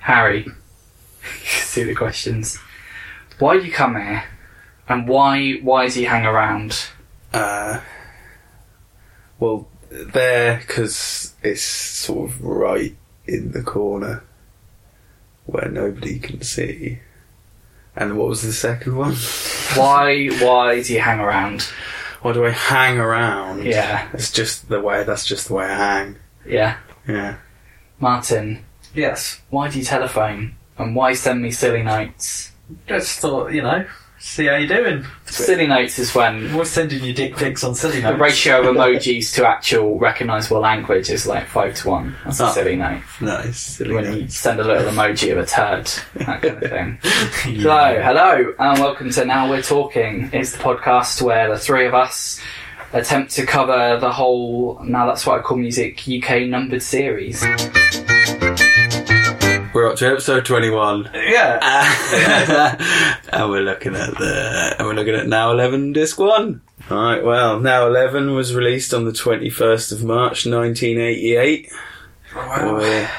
Harry, see the questions. Why did you come here? And why why does he hang around? Uh, well, there because it's sort of right in the corner where nobody can see. And what was the second one? Why why does he hang around? Why do I hang around? Yeah. it's just the way. That's just the way I hang. Yeah. Yeah. Martin, Yes. why do you telephone? And why send me silly notes? Just thought, you know, see how you're doing. Silly notes is when We're sending you dick pics on silly the notes. ratio of emojis to actual recognisable language is like five to one. That's a Oh. silly note. Nice. When Silly you send a little emoji of a turd, that kind of thing. yeah. So, hello, and welcome to Now We're Talking. It's the podcast where the three of us attempt to cover the whole Now That's What I Call Music UK numbered series. We're up to episode twenty-one. Yeah. Uh, and we're looking at the and we're looking at now 11 disc 1 all right well now 11 was released on the 21st of march 1988 we're,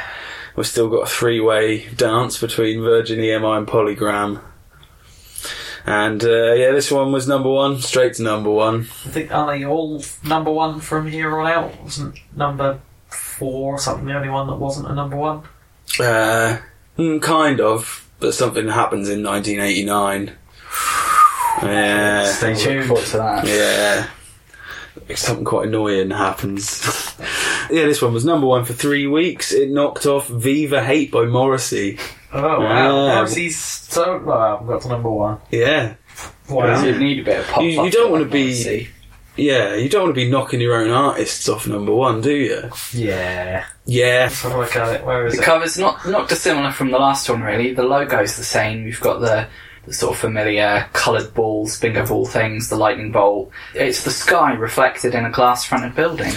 we've still got a three-way dance between virgin emi and polygram and uh, yeah this one was number one straight to number one I think aren't they all number one from here on out? Wasn't number four or something the only one that wasn't a number one? uh, mm, kind of but something happens in 1989 yeah Stay Look tuned. forward to that. Yeah. Something quite annoying happens. yeah, this one was number one for three weeks. It knocked off Viva Hate by Morrissey. Oh wow. Yeah. Morrissey's so well, we've got to number one. Yeah. Wow. So you need a bit of pop You- you culture, don't wanna like, be- obviously. Yeah, you don't want to be knocking your own artists off number one, do you? Yeah. Yeah. Let's have a look at it. Where is The it? cover's not, not dissimilar from the last one, really. The logo's the same. You've got the, the sort of familiar coloured balls, bingo ball things, the lightning bolt. It's the sky reflected in a glass fronted building.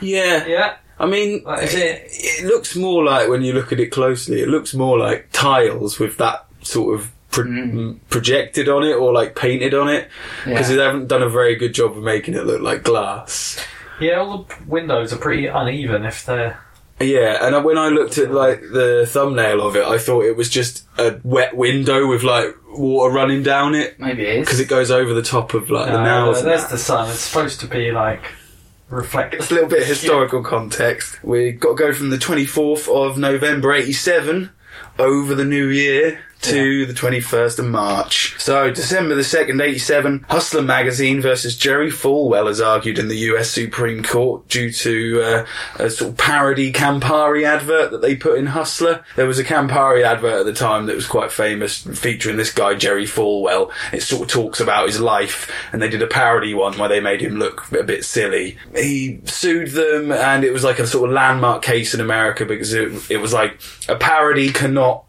Yeah. Yeah. I mean, That is it. it looks more like, when you look at it closely, it looks more like tiles with that sort of pro- Mm. projected on it or like painted on it because Yeah. they haven't done a very good job of making it look like glass. Yeah, all the windows are pretty uneven if they're Yeah, and I- when I looked at like the thumbnail of it, I thought it was just a wet window with like water running down it Maybe it is. because it goes over the top of like the no, nails. and uh, there's that. Ah, the sun. It's supposed to be like reflective. It's a little bit of historical context. We got to go from the 24th of November 87 over the new year to the 21st of March. So, December the 2nd, 87, Hustler magazine versus Jerry Falwell is argued in the US Supreme Court due to uh, a sort of parody Campari advert that they put in Hustler. There was a Campari advert at the time that was quite famous featuring this guy, Jerry Falwell. It sort of talks about his life, and they did a parody one where they made him look a bit silly. He sued them, and it was like a sort of landmark case in America because it, it was like a parody cannot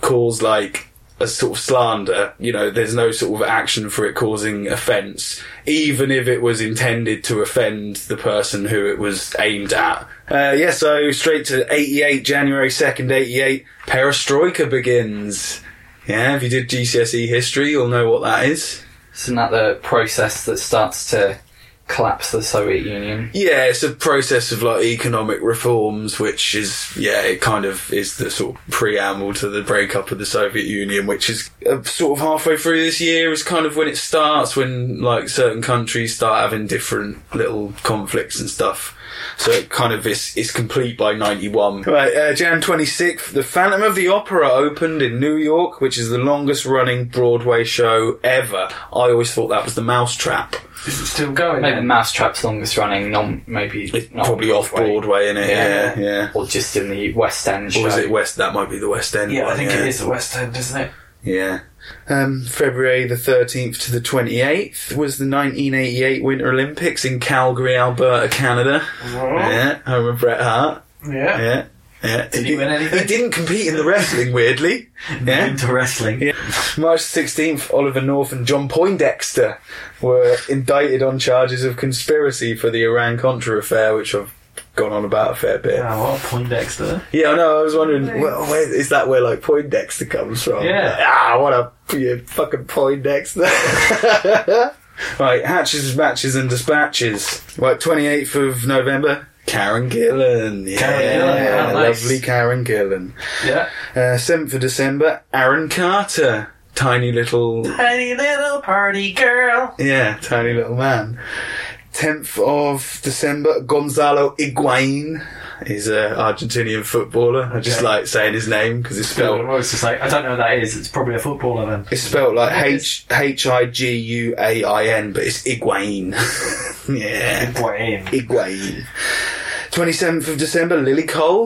cause like a sort of slander. You know, there's no sort of action for it causing offence, even if it was intended to offend the person who it was aimed at. Uh, yeah, so straight to 88, January 2nd, 88, Perestroika begins. Yeah, if you did GCSE E history, you'll know what that is. Isn't that the process that starts to collapse the Soviet Union? Yeah, it's a process of like economic reforms, which is yeah, it kind of is the sort of preamble to the breakup of the Soviet Union, which is uh, sort of halfway through this year is kind of when it starts, when like certain countries start having different little conflicts and stuff. So it kind of is, is complete by 91. Right, uh, Jan 26th, The Phantom of the Opera opened in New York, which is the longest running Broadway show ever. I always thought that was the Mousetrap. Is it still going? Maybe then? Mousetrap's longest running, non maybe It's not probably off Oh, Broadway, innit? Yeah. Yeah, yeah. or just in the West End show. Or is it West? That might be the West End. Yeah, I one, think it is the West End, isn't it? Yeah. Um, February the 13th to the 28th was the 1988 Winter Olympics in Calgary, Alberta, Canada. Yeah, home of Bret Hart. Oh. Yeah. Yeah. Yeah. Did he win anything? Mm-hmm. He didn't compete in the wrestling, weirdly. Yeah. Into wrestling. Yeah. March 16th, Oliver North and John Poindexter were indicted on charges of conspiracy for the Iran Contra affair, which I've gone on about a fair bit. Oh, well, Poindexter. Yeah, I know. I was wondering, well, where, is that where like Poindexter comes from? Yeah. Ah, what a you fucking Poindexter. right, hatches, matches, and dispatches. Right, twenty eighth of November. Karen Gillan, yeah, Gillan, yeah, nice. lovely Karen Gillan. Yeah. Uh, 7th of December, Aaron Carter, tiny little Tiny little party girl. yeah, tiny little man. 10th of December, Gonzalo Higuain. He's an Argentinian footballer. I just Okay. like saying his name because it's So I spelled. was just like, I don't know who that is. It's probably a footballer then. It's spelled like Yeah, H H I G U A I N, but it's Higuain. yeah, Higuain. Higuain. 27th of December, Lily Cole.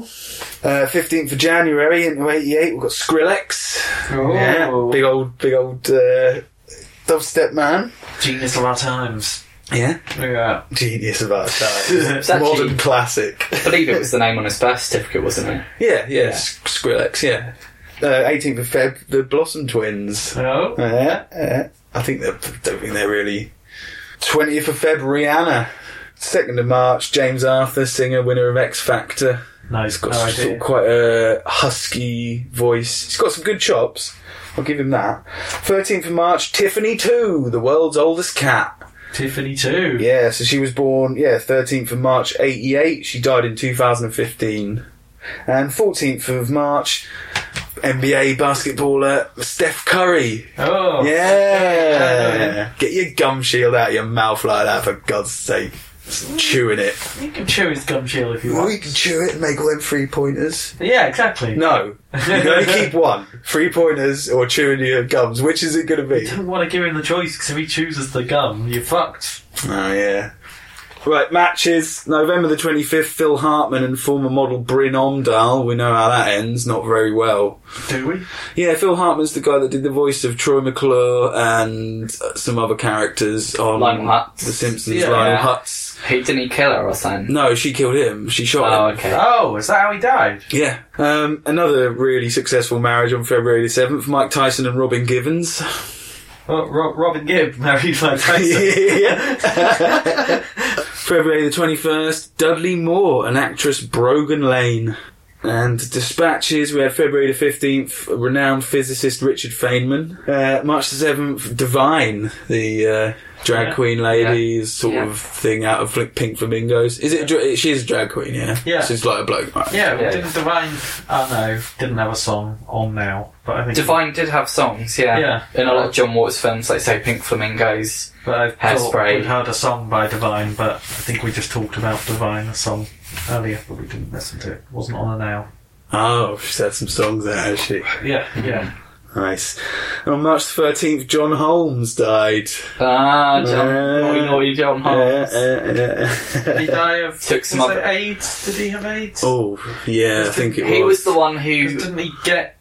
Uh, 15th of January, into 88, we've got Skrillex. Oh. Yeah, big old, big old uh, dubstep man. Genius of our times. Yeah. Yeah. Genius of our time. that Modern cheap? classic. I believe it was the name on his birth certificate, wasn't it? Yeah, yeah, Yeah. S Skrillex, yeah. Uh, 18th of Feb, the Blossom Twins. Oh. Uh, uh, I think they're, don't think they're really. 20th of Feb, Rihanna. 2nd of March, James Arthur, singer, winner of X Factor. No, He's got no s- sort of idea. quite a husky voice. He's got some good chops. I'll give him that. 13th of March, Tiffany 2, the world's oldest cat. Tiffany too. Yeah, so she was born, yeah, 13th of March 88. She died in 2015. And 14th of March, NBA basketballer Steph Curry. Oh. Yeah! Get your gum shield out of your mouth like that, for God's sake. Just chewing it. You can chew his gum shield if you Well, want. you can chew it and make all them three pointers. Yeah, exactly. No. You can only keep one. Three pointers or chewing your gums. Which is it going to be? You don't want to give him the choice because if he chooses the gum, you're fucked. Oh yeah. Right, matches. November the 25th, Phil Hartman and former model Bryn Omdahl. We know how that ends, not very well. Do we? Yeah, Phil Hartman's the guy that did the voice of Troy McClure and uh, some other characters on Lionel Hutz. The Simpsons, Yeah. Lionel Hutz. He didn't he kill her or something? No, she killed him. She shot him. Oh, okay. Oh, is that how he died? Yeah. Um, another really successful marriage on February the 7th, Mike Tyson and Robin Givens. Oh, Ro- Robin Gibb married my Tyson. Yeah. February the 21st, Dudley Moore and actress Brogan Lane. And dispatches, we had February the 15th, renowned physicist Richard Feynman. Uh, March the 7th, Divine, the uh, drag Yeah. queen lady sort Yeah. of thing out of Fl- Pink Flamingos. Is it? A dra- she is a drag queen, yeah? Yeah. She's like a bloke. right. yeah, well, Yeah. didn't Divine. Oh no, didn't have a song on now, but I think. Divine did have songs, yeah. Yeah. In a lot of John Waters films, like say Pink Flamingos. But I Hairspray. thought we'd heard a song by Divine, but I think we just talked about Divine, a song earlier, but we didn't listen to it. It wasn't on a now. Oh, she's had some songs out, has she? Yeah, yeah. Nice. And on March the 13th, John Holmes died. Ah, John, Yeah. naughty, naughty John Holmes. Yeah, yeah, Did he yeah. die of Took was some other- it AIDS? Did he have AIDS? Oh, yeah, I think it was. He was the one who Didn't he get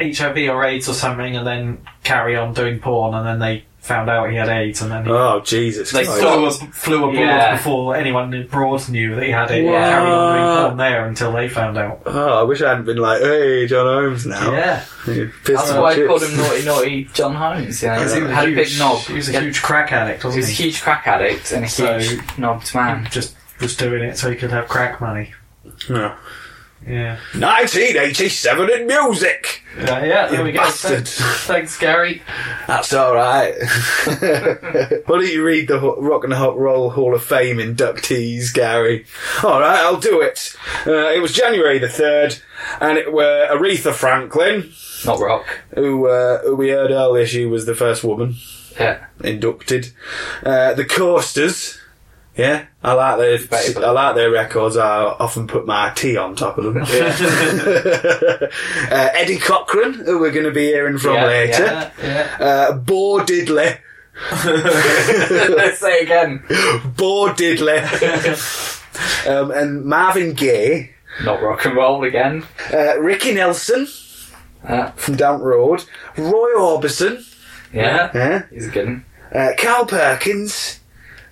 HIV or AIDS or something, and then carry on doing porn, and then they found out he had AIDS, and then he Oh, Jesus They Christ. saw- flew, ab- flew abroad Yeah. before anyone abroad knew that he had it. Yeah, carried on doing porn there until they found out. Oh, I wish I hadn't been like, hey, John Holmes now. Yeah, You pissed That's on why I chips. called him Naughty Naughty John Holmes. Yeah, Because he he was had a big huge- knob. He was a Yeah, huge crack addict, he wasn't was a he? huge crack addict and a So- huge knobbed man. Just was doing it so he could have crack money. Yeah. Yeah. 1987 in music! Yeah, Uh, yeah there You we go. bastard. Thanks, thanks, Gary. That's alright. why don't you read the Ho- Rock and Hot Roll Hall of Fame inductees, Gary? Alright, I'll do it. Uh, it was January the 3rd, and it were Aretha Franklin, Not rock. who, uh, who we heard earlier, she was the first woman. Yeah. inducted. Uh, the Coasters. Yeah, I like their Debatable. I like their records. I often put my tea on top of them. uh, Eddie Cochran, who we're going to be hearing from Yeah, later. yeah. Yeah. Uh, Bo Diddley, Let's say again. Bo Diddley, um, and Marvin Gaye, Not rock and roll again. uh, Ricky Nelson Uh, from Down Road, Roy Orbison, yeah. yeah, He's a good one. uh, Carl Perkins,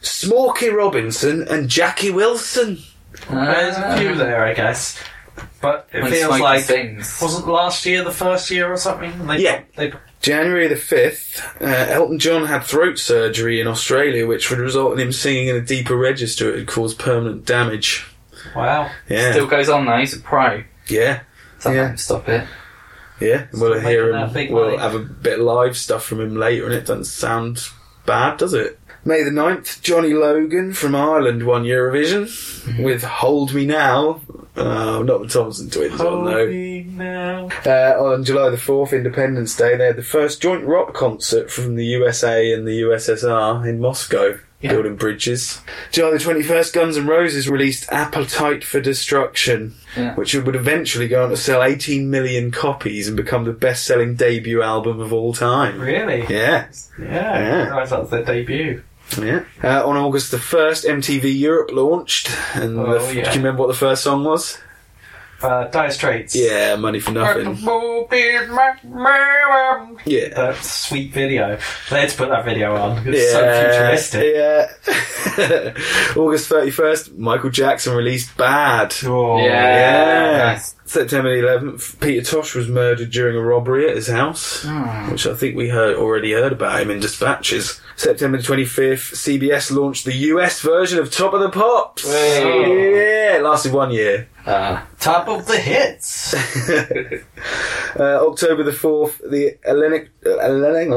Smokey Robinson, and Jackie Wilson. Uh, There's a few there, I guess. but it When feels Smokey like sings. wasn't last year the first year or something? They, Yeah. they January the 5th, uh, Elton John had throat surgery in Australia, which would result in him singing in a deeper register. It would cause permanent damage. wow. Yeah. Still goes on though. He's a pro. yeah. So Yeah. yeah. stop it. Yeah. We'll making hear that him. big We'll money. have a bit of live stuff from him later, and it doesn't sound bad, does it? May the 9th, Johnny Logan from Ireland won Eurovision with Hold Me Now. Uh, not the Thompson twins, on though. Holy now. Uh, on July the 4th, Independence Day, they had the first joint rock concert from the USA and the USSR in Moscow, Yeah. building bridges. July the 21st, Guns N' Roses released Appetite for Destruction, Yeah. which would eventually go on to sell 18 million copies and become the best selling debut album of all time. Really? Yeah, Yeah. Yeah. I realised that was their debut. yeah. Uh, on August the 1st, MTV Europe launched, and Oh, the f- yeah. do you remember what the first song was? Uh, Dire Straits. Yeah, Money for Nothing. That Yeah. sweet video. They had to put that video on. It's so futuristic. Yeah. August 31st, Michael Jackson released Bad. Oh, Yeah. Nice. September the 11th, Peter Tosh was murdered during a robbery at his house, Hmm. which I think we heard already heard about him in Dispatches. September the 25th, CBS launched the US version of Top of the Pops. Hey. Yeah, it lasted one year. Uh, Top of the hits. Uh, October the 4th, the Hellenic. Hellenic.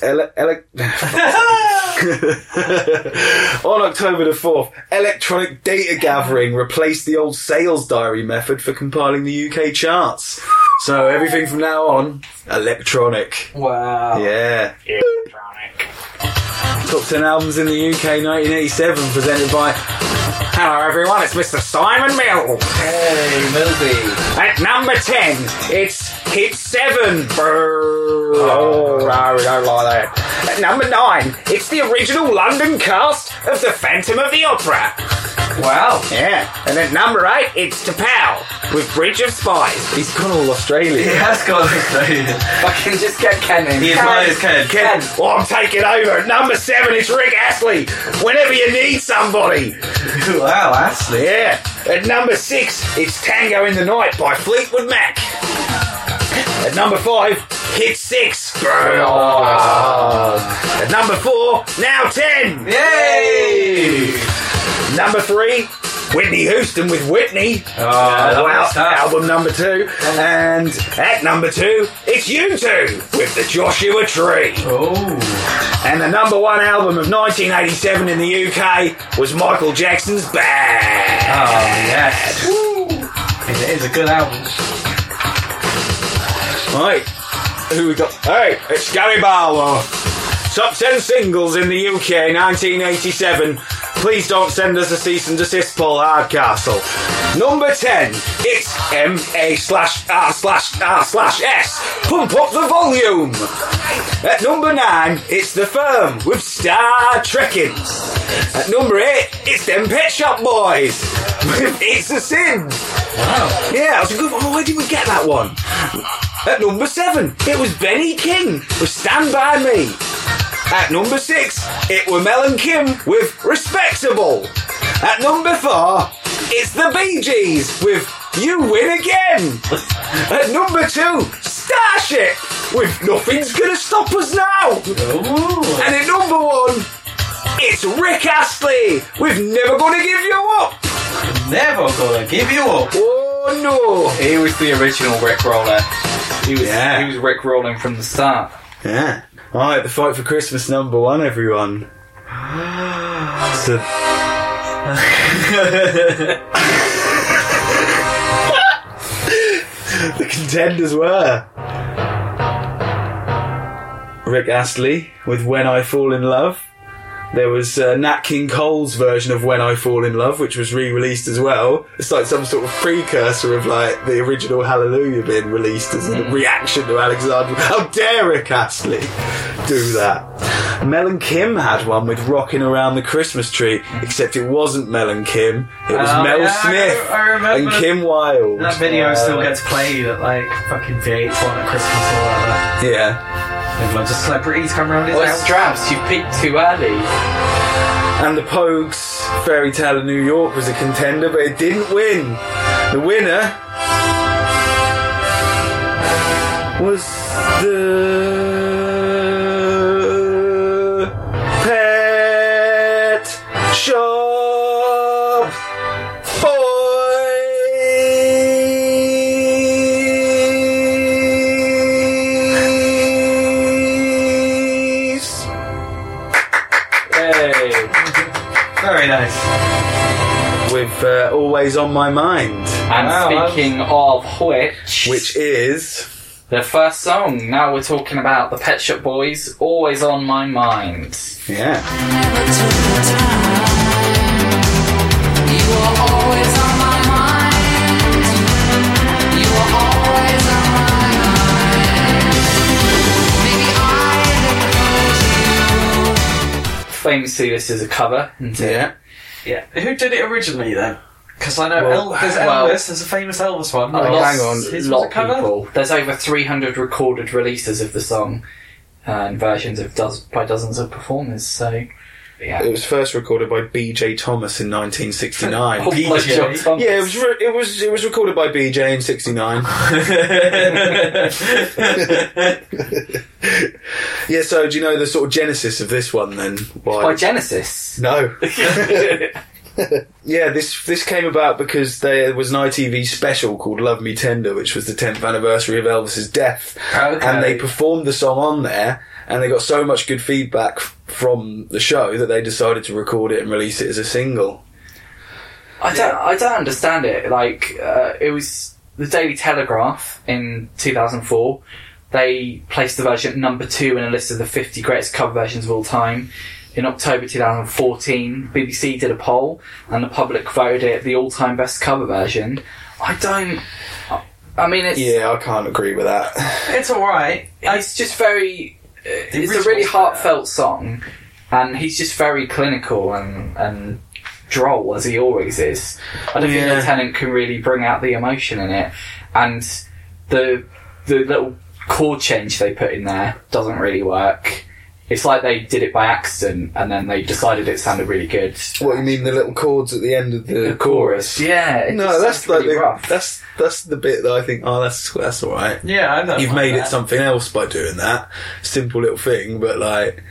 Ele- ele- On October the 4th, electronic data gathering replaced the old sales diary method for compiling the UK charts. So everything from now on, electronic. wow. Yeah. electronic. Top 10 albums in the UK 1987 presented by. Hello everyone, it's Mr. Simon Mill. Hey, Milby. At number 10, it's Hit 7. Brrr. Oh, no, we don't like that. At number 9, it's the original London cast of The Phantom of the Opera. Wow. Yeah, and at number eight, it's Tapau with Bridge of Spies. He's gone all Australian. That's got to Fucking just get Ken in. He admires Ken. Ken, well, I'm taking over. At number seven, it's Rick Astley. Whenever you need somebody. Wow, Ashley. Yeah. At number six, it's Tango in the Night by Fleetwood Mac. At number five, Hit Six. At number four, now ten. Yay! Number three, Whitney Houston with Whitney. Oh, Ah, that was tough. album number two. And at number two, it's you two with the Joshua Tree. Oh. And the number one album of 1987 in the UK was Michael Jackson's Oh, Bad. yes. It is a good album. Right. Who we got? Hey, it's Gary Barlow. Top 10 singles in the UK 1987. Please don't send us a cease and desist, Paul Hardcastle. Number 10, it's M A slash R slash R slash S. Pump up the volume. At number 9, it's The Firm with Star Trekking. At number 8, it's Them Pet Shop Boys with It's a Sin. Wow. Yeah, I was a good one. Where did we get that one? At number seven, it was Benny King with Stand By Me. At number six, it were Mel and Kim with Respectable. At number four, it's the Bee Gees with You Win Again. At number two, Starship with Nothing's Gonna Stop Us Now. Ooh. And at number one, it's Rick Astley with Never Gonna Give You Up. Never gonna give you up. Oh no. He was the original Rick Roller. He was Yeah. he was Rick Rolling from the start. Yeah. All right, the fight for Christmas number one, everyone. So, the contenders were Rick Astley with "When I Fall in Love." There was uh, Nat King Cole's version of "When I Fall in Love," which was re-released as well. It's like some sort of precursor of like the original "Hallelujah" being released as a reaction to Alexander. How dare Rick Astley do that? Mel and Kim had one with "Rocking Around the Christmas Tree," except it wasn't Mel and Kim. It was Oh, Mel yeah, I re- Smith I and remember Kim Wilde. That video still gets played at like fucking VH1 at Christmas or whatever. yeah. There's loads of celebrities come round his Well, house. Strauss, you peaked too early. And the Pogues' Fairy Tale of New York was a contender, but it didn't win. The winner was the Pet Shop Boys. Hey. Very nice. With uh, always on my mind, And Wow, speaking of which, which is the first song. Now we're talking about the Pet Shop Boys. Always on my mind. yeah. Famously, this is a cover. isn't it? Yeah. Yeah. Who did it originally then? Because I know Well, El- there's Elvis. well- there's a famous Elvis one. A Oh, lot, hang on, His lot was a cover. of people. There's over 300 recorded releases of the song and versions of does by dozens of performers. So, yeah. It was first recorded by B.J. Thomas in 1969. Oh, He- my DJ. God, Thomas. yeah, it was re- it was it was recorded by B.J. in '69. yeah, so do you know the sort of genesis of this one then? Why? by Genesis. no. Yeah, this this came about because there was an ITV special called "Love Me Tender," which was the 10th anniversary of Elvis's death, Okay. and they performed the song on there, and they got so much good feedback f- from the show that they decided to record it and release it as a single. I don't. I don't understand it. Like uh, it was the Daily Telegraph in 2004. They placed the version at number two in a list of the 50 greatest cover versions of all time. In October 2014, BBC did a poll and the public voted it the all-time best cover version. I don't. I- I mean, it's Yeah, I can't agree with that. it's alright. it's just very. It's a original's really better. heartfelt song, and he's just very clinical and and droll as he always is. I don't Yeah. think Lieutenant can really bring out the emotion in it, and the the little chord change they put in there doesn't really work. It's like they did it by accident, and then they decided it sounded really good. What you mean the little chords at the end of the, The chorus, yeah. it No, just that's sounds like really the, rough. that's that's the bit that I think. Oh, that's that's all right. Yeah, I know. You've made it something else by doing that simple little thing, but like,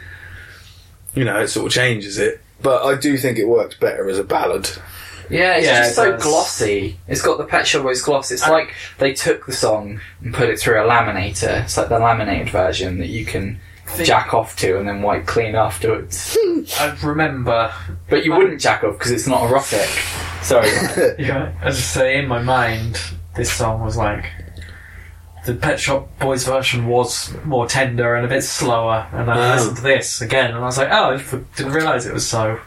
you know, it sort of changes it. But I do think it works better as a ballad. Yeah, it's Yeah, just it so does. glossy. It's got the Pet Shop Boys gloss. It's I- like they took the song and put it through a laminator. It's like the laminated version that you can Think- jack off to and then wipe clean afterwards. I remember. but you wouldn't jack off because it's not erotic. Sorry. Ryan. Yeah, as I say, in my mind, this song was like the Pet Shop Boys version was more tender and a bit slower. And then I Oh. listened to this again, and I was like, oh, I f- didn't realise it was so.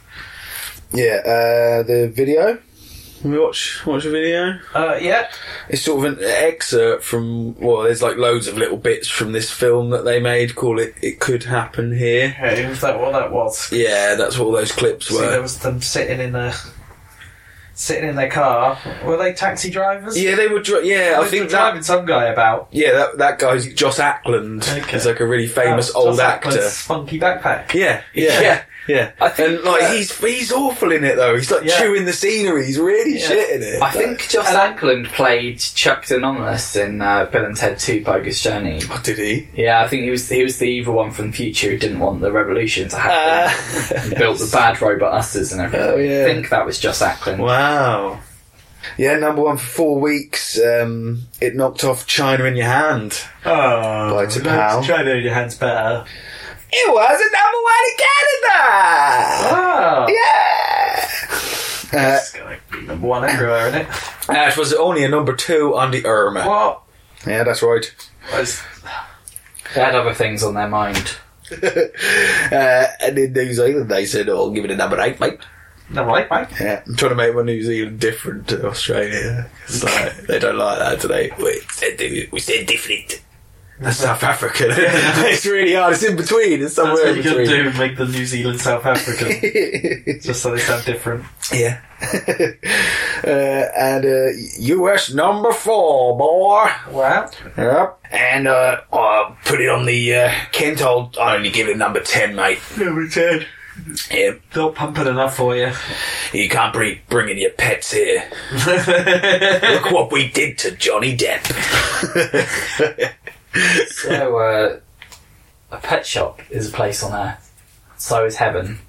Yeah, uh, the video. Can we watch watch a video? Uh, yeah, It's sort of an excerpt from well, there's like loads of little bits from this film that they made. Call it "It Could Happen Here." okay, was that what that was? Yeah, that's what all those clips See, there were. was them sitting in the sitting in their car. Were they taxi drivers? Yeah, they were. Dri- yeah, I They think were that driving some guy about. uh, Yeah, that that guy's Joss Ackland. Okay. He's like a really famous Oh, old Joss actor. Ackland's Funky backpack. Yeah, yeah, Yeah. yeah. I think, and like uh, he's he's awful in it though. He's like Yeah. chewing the scenery. He's really Yeah. shit in it. I think Joss uh, And I- Ackland played Chuck Anonymous in uh, Bill and Ted 2 Bogus Journey. Oh, did he? Yeah, I think he was he was the evil one from the future who didn't want the revolution to happen. Uh, and built the bad robot users and everything. Oh, yeah. I think that was Joss Ackland. wow. Yeah, number one for four weeks. Um, it knocked off China in Your Hand. Oh, Bite a pal. Try to do your hands better. It was a number one in Canada. Ah, Yeah. Uh, It's gonna be number one everywhere, isn't it? and it was only a number two on the Irma. What? Yeah, that's right. Was- They had other things on their mind. Uh, and in New Zealand, they said, "Oh, give it a number eight, mate." Number eight, mate. Yeah, I'm trying to make my New Zealand different to Australia. It's like, they don't like that today. We said, di- we said different. That's South Africa. it's really hard. It's in between. It's That's somewhere what in you could between. do. Make the New Zealand South African, just so they sound different. yeah. uh, and uh, US number four, boy. Wow. Yep. And uh, I put it on the uh, Kent. I'll only give it number ten, mate. Number ten. Yeah, Not pumping enough for you. you can't bring bringing your pets here. Look what we did to Johnny Depp. So, uh, a pet shop is a place on earth. So is heaven.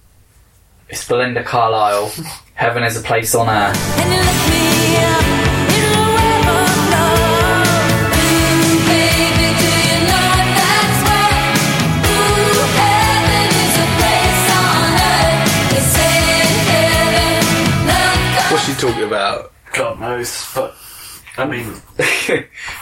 It's Belinda Carlisle. heaven is a place on earth. And you lift me up in a web of love. Ooh, baby, do you know that's right? Ooh, heaven is a place on earth. They say in heaven, love What's she talking about? God knows, but I mean,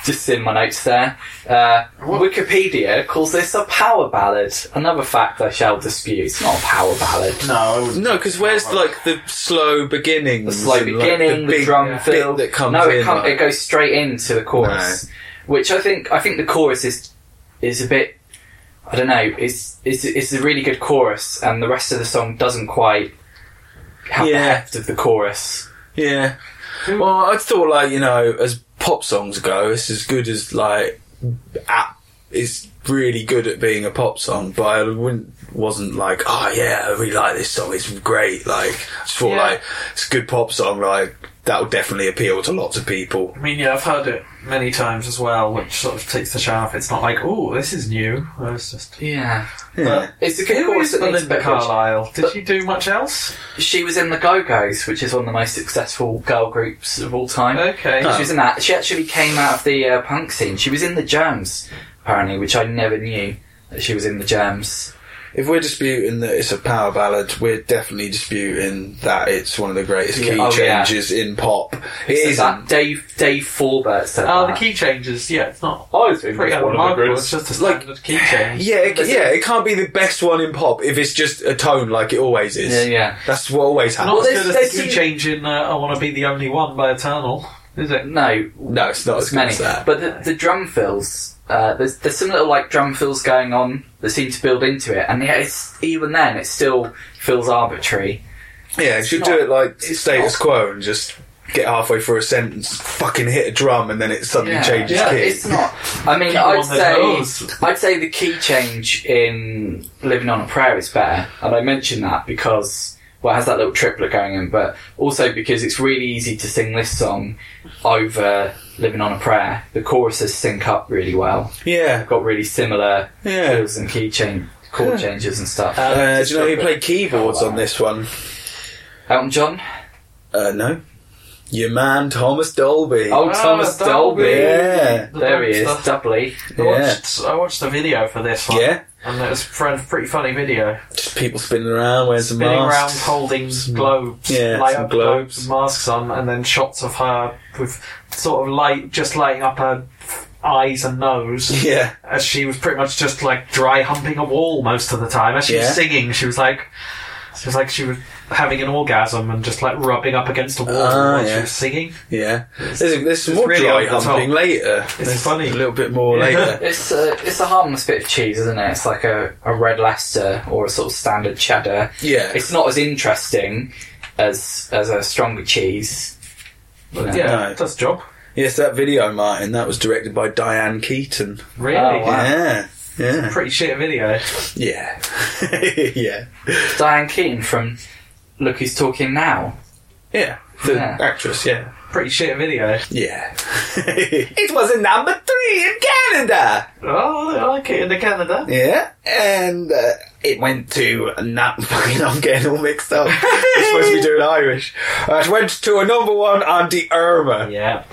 Just in my notes there. Uh, What? Wikipedia calls this a power ballad. Another fact I shall dispute. It's not a power ballad. no, I wouldn't. No, because where's like the slow beginning? The slow beginning, the, drum fill. that comes no, it, in. come- like- it goes straight into the chorus, which I think I think the chorus is is a bit. I don't know. It's it's it's a really good chorus, and the rest of the song doesn't quite have the Yeah. heft of the chorus. Yeah. Well, I thought like you know, as pop songs go, it's as good as like app is really good at being a pop song, but I wouldn't wasn't like oh yeah, I really like this song. It's great. Like I just thought Yeah. like it's a good pop song. Like that'll definitely appeal to lots of people. I mean, yeah, I've heard it many times as well, which sort of takes the shine off. It's not like, oh, this is new. It's just. Yeah, Yeah. it's a good Who chorus. is that needs to Belinda be acknowledged. Carlisle? Did she do much else? She was in the Go Go's, which is one of the most successful girl groups of all time. Okay. She was in that. She actually came out of the uh, punk scene. She was in the Germs, apparently, which I never knew that she was in the Germs. If we're disputing that it's a power ballad, we're definitely disputing that it's one of the greatest Yeah. key Oh, yeah. changes in pop. It It is is that Dave Dave Forbert said Oh, the that. key changes. Yeah, it's not I was thinking pretty it's one of the unremarkable. It's greatest- just a Like, standard key change. Yeah, it, yeah, it can't be the best one in pop if it's just a tone like it always is. Yeah, yeah. That's what always Not happens. there's- as good there's as the key some- change in uh, "I Want to Be the Only One" by Eternal, is it? No, No, it's not there's as good many. as that. But the, the drum fills. Uh, there's there's some little like drum fills going on that seem to build into it, and yet it's even then it still feels arbitrary. yeah, you should not- do it like it's status not- quo and just get halfway through a sentence, fucking hit a drum, and then it suddenly changes yeah, key. it's not. I mean, Keep I'd on the say nose. I'd say the key change in Living on a Prayer is better, and I mention that because well, it has that little triplet going in, but also because it's really easy to sing this song over Living on a Prayer. The choruses sync up really well. Yeah, Got really similar Yeah. fills and key change, chord changes and stuff. Uh, do you know who played keyboards Oh, wow. on this one? Elton John, Uh, no, your man Thomas Dolby. oh, Ah, Thomas Dolby. Dolby. yeah, The There he is, drum stuff. doubly. I Yeah. watched, I watched the video for this one. yeah. And it was a pretty funny video. Just people spinning around wearing some Spinning around masks. Mm. holding globes, yeah, light some up globes. globes. and masks on, and then shots of her with sort of light, just lighting up her eyes and nose. Yeah, As she was pretty much just like dry humping a wall most of the time. As she Yeah. was singing, she was like, she was like she was having an orgasm and just like rubbing up against a wall Ah, while yeah. she was singing. yeah. There's, there's some more really dry over the top. humping later. It's There's funny. A little bit more Yeah. later. It's a, it's a harmless bit of cheese, isn't it? It's like a, a red Leicester or a sort of standard cheddar. Yeah. It's not as interesting as as a stronger cheese. You know? yeah, No. it does the job. Yes, that video, Martin, that was directed by Diane Keaton. Really? Oh, wow. Yeah. Yeah. Pretty shit video. Yeah. yeah. Diane Keaton from Look Who's Talking Now. Yeah. The Yeah. actress, yeah. Pretty shit video. Yeah. it was in number three in Canada. Oh, I like it in the Canada. Yeah. And uh, it went to. Na- fucking, I'm getting all mixed up. It's supposed to be doing Irish. Uh, it went to a number one on the Irma. Yeah.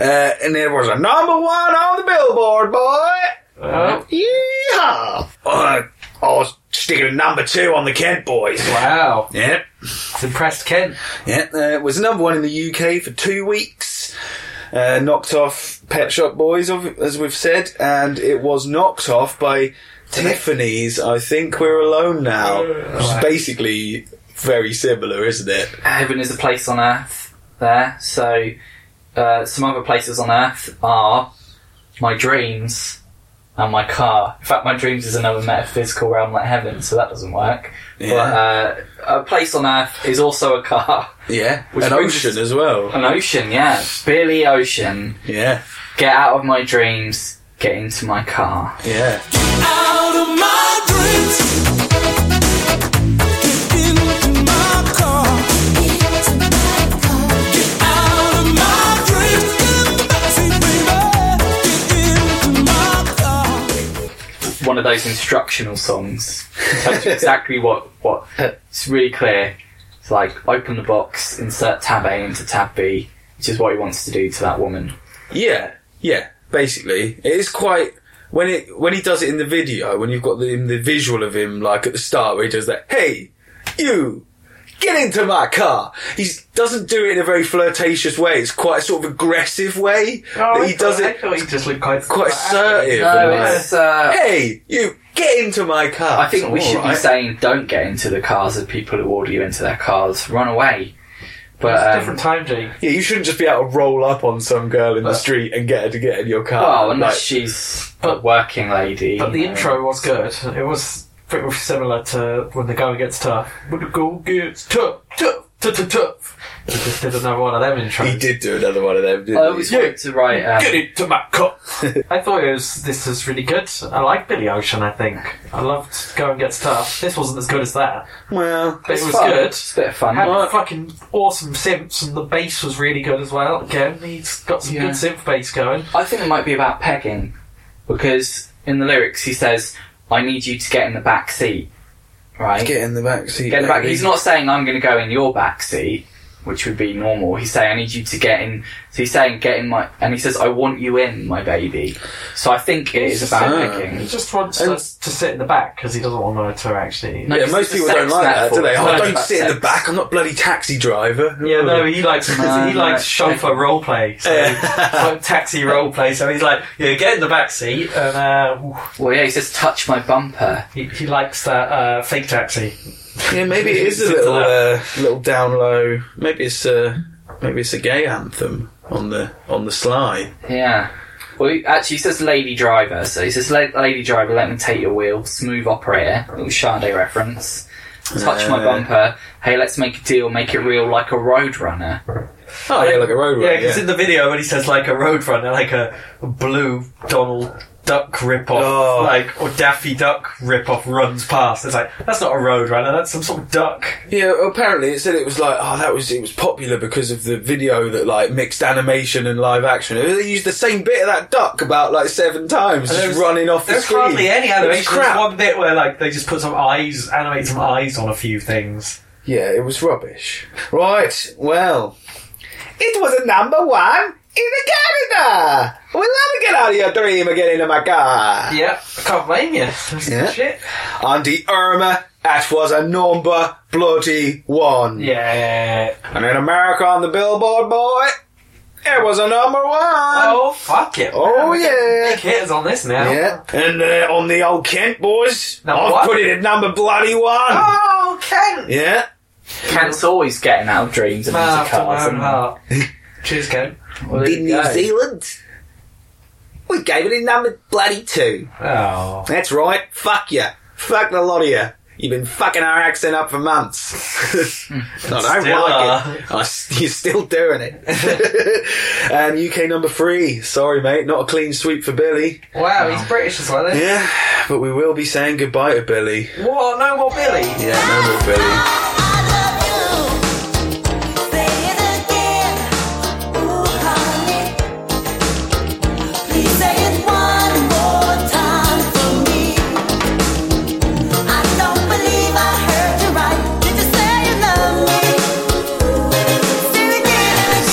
Uh, and it was a number one on the Billboard, boy. Oh, Yeehaw! Uh, I was sticking a number two on the Kent boys. wow. Yep. It's impressed Kent. Yep. Uh, it was number one in the UK for two weeks. Uh, knocked off Pet Shop Boys, of- as we've said, and it was knocked off by Tiffany's. I think we're alone now. Which is basically very similar, isn't it? Heaven is a place on earth there. So, uh, some other places on earth are my dreams and my car. In fact, my dreams is another metaphysical realm like heaven, so that doesn't work. But uh, a place on earth is also a car. yeah. Which An brings ocean us- as well. An ocean, yeah. Billy Ocean. Yeah. Get out of my dreams. Get into my car. Yeah. out of my dreams. Get one of those instructional songs. It tells you exactly what what. It's really clear. It's like open the box, insert tab A into tab B, which is what he wants to do to that woman. Yeah, yeah. Basically, it is quite when it when he does it in the video when you've got the the visual of him like at the start where he does that. Hey, you. Get into my car. He doesn't do it in a very flirtatious way. It's quite a sort of aggressive way Oh, that he does it. He just looked quite quite assertive. No, and like, it's. Uh, hey, you get into my car. I think we All should be right. saying don't get into the cars of people who order you into their cars. Run away. It's a But um, different time, Jake. Yeah, you shouldn't just be able to roll up on some girl in the But- street and get her to get in your car. well, oh, unless Like, she's a But- working lady. But the you know. intro was good. It was pretty much similar to when the going gets tough. When the going gets tough, tough, tough, tough, tough. He just did another one of them intros. he did do another one of them, didn't I he? always wanted to write. Um, Get into my cup. I thought it was this was really good. I like Billy Ocean. I think I loved Go and Get Stuff. This wasn't as good as that, Well, but it was fun. good. It's a bit of fun. Had fucking awesome synths and the bass was really good as well. Again, he's got some Yeah. good synth bass going. I think it might be about pegging, because in the lyrics he says, "I need you to get in the back seat." Right. get in the back seat. Get in the back. lady. He's not saying I'm going to go in your back seat, which would be normal. He's saying I need you to get in. So he's saying get in my, and he says I want you in, my baby. So I think it is about So- picking. He just wants And- us to sit in the back because he doesn't want her to actually. No, Yeah, it's most the people don't sex like that, do they? metaphor. Oh, It's don't about sit in the sex. back. I'm not bloody taxi driver. Yeah, no, he likes No, he no. likes chauffeur role play, so it's like taxi role play. So he's like, yeah, get in the back seat, and uh, Well, yeah, he says touch my bumper. he, he likes that uh, fake taxi. Yeah, maybe it is a Sit little, to uh, little down low. Maybe it's a maybe it's a gay anthem on the on the sly. Yeah. Well, he, actually, he says lady driver. So he says La- lady driver, let me take your wheel. Smooth operator. Little Sade reference. Touch my Yeah. bumper. Hey, let's make a deal. Make it real like a road runner. Oh yeah, like a road Yeah, runner. because in the video when he says like a road runner, like a blue Donald Duck rip-off, Oh. like or Daffy Duck rip-off runs past. It's like that's not a road runner, that's some sort of duck. Yeah, apparently it said it was like, oh, that was it was popular because of the video that like mixed animation and live action. They used the same bit of that duck about like seven times, And just there was- running off the There's screen. hardly any It was animation. There's crap. one bit where like they just put some eyes, animate some eyes on a few things. Yeah, it was rubbish. Right, well, it was a number one in the Canada. We'll never get out of your dream and get into my car. Yeah, I can't blame you. That's Yeah. Shit. And the Irma, that was a number bloody one. Yeah. And in America on the Billboard, boy, it was a number one. Oh fuck it! Oh, man. We're yeah. getting big hitters on this now. Yeah. And uh, on the old Kent boys, Number I've one? put it at number bloody one. Oh, Ken. Yeah. Kent's always getting out of dreams and Man into after my cars. own isn't he? heart. Cheers, Ken. Well, there you go. Zealand, we gave it a number bloody two. Oh. That's right. Fuck you. Fuck the lot of you. You've been fucking our accent up for months. I don't Still like are. uh, it. I s- you're still doing it. and UK number three. Sorry, mate. Not a clean sweep for Billy. Wow, Oh. he's British as well. Isn't Yeah, but we will be saying goodbye to Billy. he? What? No more Billy. Yeah, no more Billy.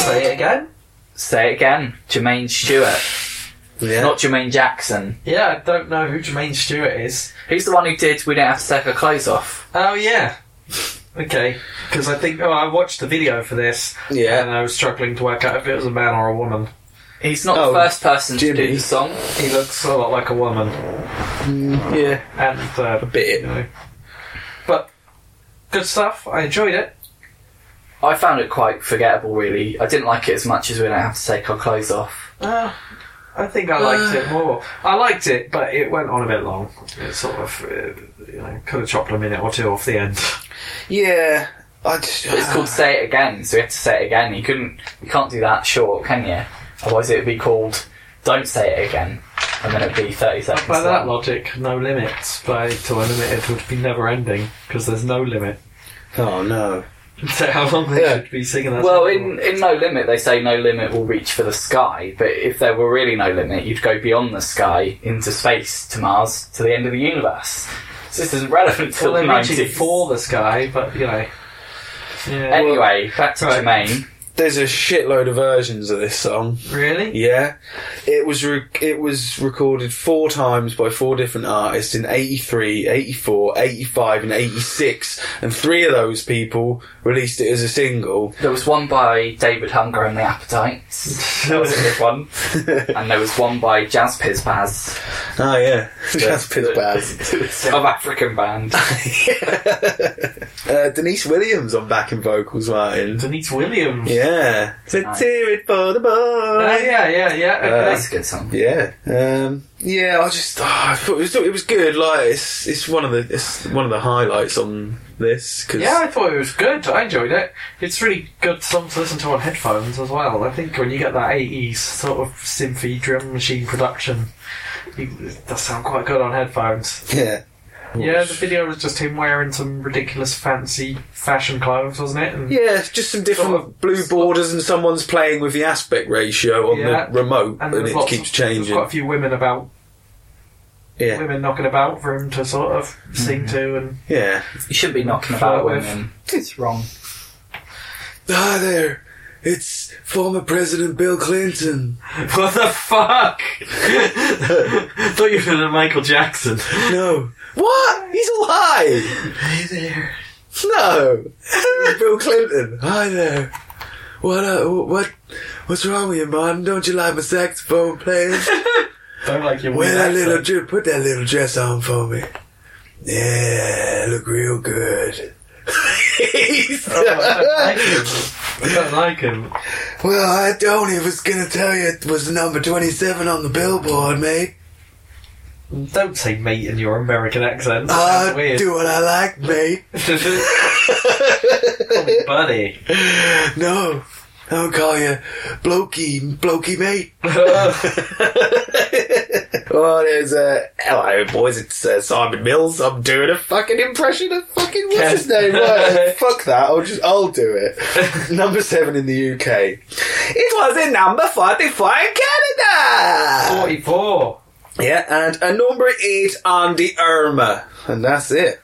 Say it again. Say it again. Jermaine Stewart, Yeah. not Jermaine Jackson. Yeah, I don't know who Jermaine Stewart is. Who's the one who did We Don't Have to Take Our Clothes Off? Oh yeah. Okay, because I think oh, I watched the video for this, Yeah. and I was struggling to work out if it was a man or a woman. He's not Oh, the first person to Jimmy. do the song. He looks a lot like a woman, Mm, Yeah, and uh, a bit. you know. But good stuff. I enjoyed it. I found it quite forgettable, really. I didn't like it as much as We Don't Have to Take Our Clothes Off. Uh, I think I liked uh. it more. I liked it, but it went on a bit long. It sort of, uh, you know, could have chopped a minute or two off the end. Yeah, I just. But it's called Say It Again, so you have to say it again. You couldn't, you can't do that short, can you? Otherwise, it'd be called Don't Say It Again, and then it'd be thirty seconds. By that long. logic, no limits. By to unlimited would be never ending because there's no limit. Oh no. So how long they Yeah. should be singing that? Well, in, song in No Limit, they say no limit will reach for the sky, but if there were really no limit, you'd go beyond the sky, into space, to Mars, to the end of the universe. So this isn't relevant for. to well, the they're reaching 90s. for the sky, but you know. Yeah. Anyway, back to Right. Jermaine. There's a shitload of versions of this song. really? Yeah, it was re- it was recorded four times by four different artists in 83, 84, 85 and 86 and three of those people released it as a single. There was one by David Hunger and the Appetites. That was a good one. oh And there was one by Jazz Piz Baz. Ah, yeah. That's piss bad. South African band. uh, Denise Williams on backing vocals, Martin. Denise Williams. Yeah. To Nice. tear it for the boy. Oh, yeah, yeah, yeah. Uh, Okay. That's a good song. Yeah, um, yeah. I just ah, I thought it was, it was good. Like it's, it's one of the it's one of the highlights on this. Cause, yeah, I thought it was good. I enjoyed it. It's really good song to listen to on headphones as well. I think when you get that 80s sort of synthy drum machine production, you, it does sound quite good on headphones. yeah, Yeah, the video was just him wearing some ridiculous fancy fashion clothes, wasn't it? And yeah. it's Just some different Sort of- blue borders, and someone's playing with the aspect ratio on Yeah. the remote, And, and, there was it lots keeps of, There's changing. quite a few women about, Yeah, Mm-hmm. women knocking about for him to sort of sing to, and yeah. You shouldn't be knocking about Flirt with. women. It's wrong. Hi Ah, there. It's former President Bill Clinton. what the fuck? Thought you were Michael Jackson. No. What? He's alive. Hey there. No. Bill Clinton. Hi there. What? Uh, what? What's wrong with you, Martin? Don't you like my saxophone playing? Don't like your Wear weird that little accent. dress. Put that little dress on for me. Yeah, look real good. Oh, I don't like him. well, I don't. He was gonna tell you it was number twenty-seven on the Billboard, mate. Don't say mate in your American accent. I That's weird. Uh, do what I like, mate. Call me buddy. no, I'll call you blokey, blokey, mate. Oh, there's a hello boys. It's uh, Simon Mills. I'm doing a fucking impression of fucking what's his name. Right, fuck that. I'll just I'll do it. number seven in the UK. It was in number forty-four in Canada. 44. Yeah, and a number eight on the Irma, and that's it.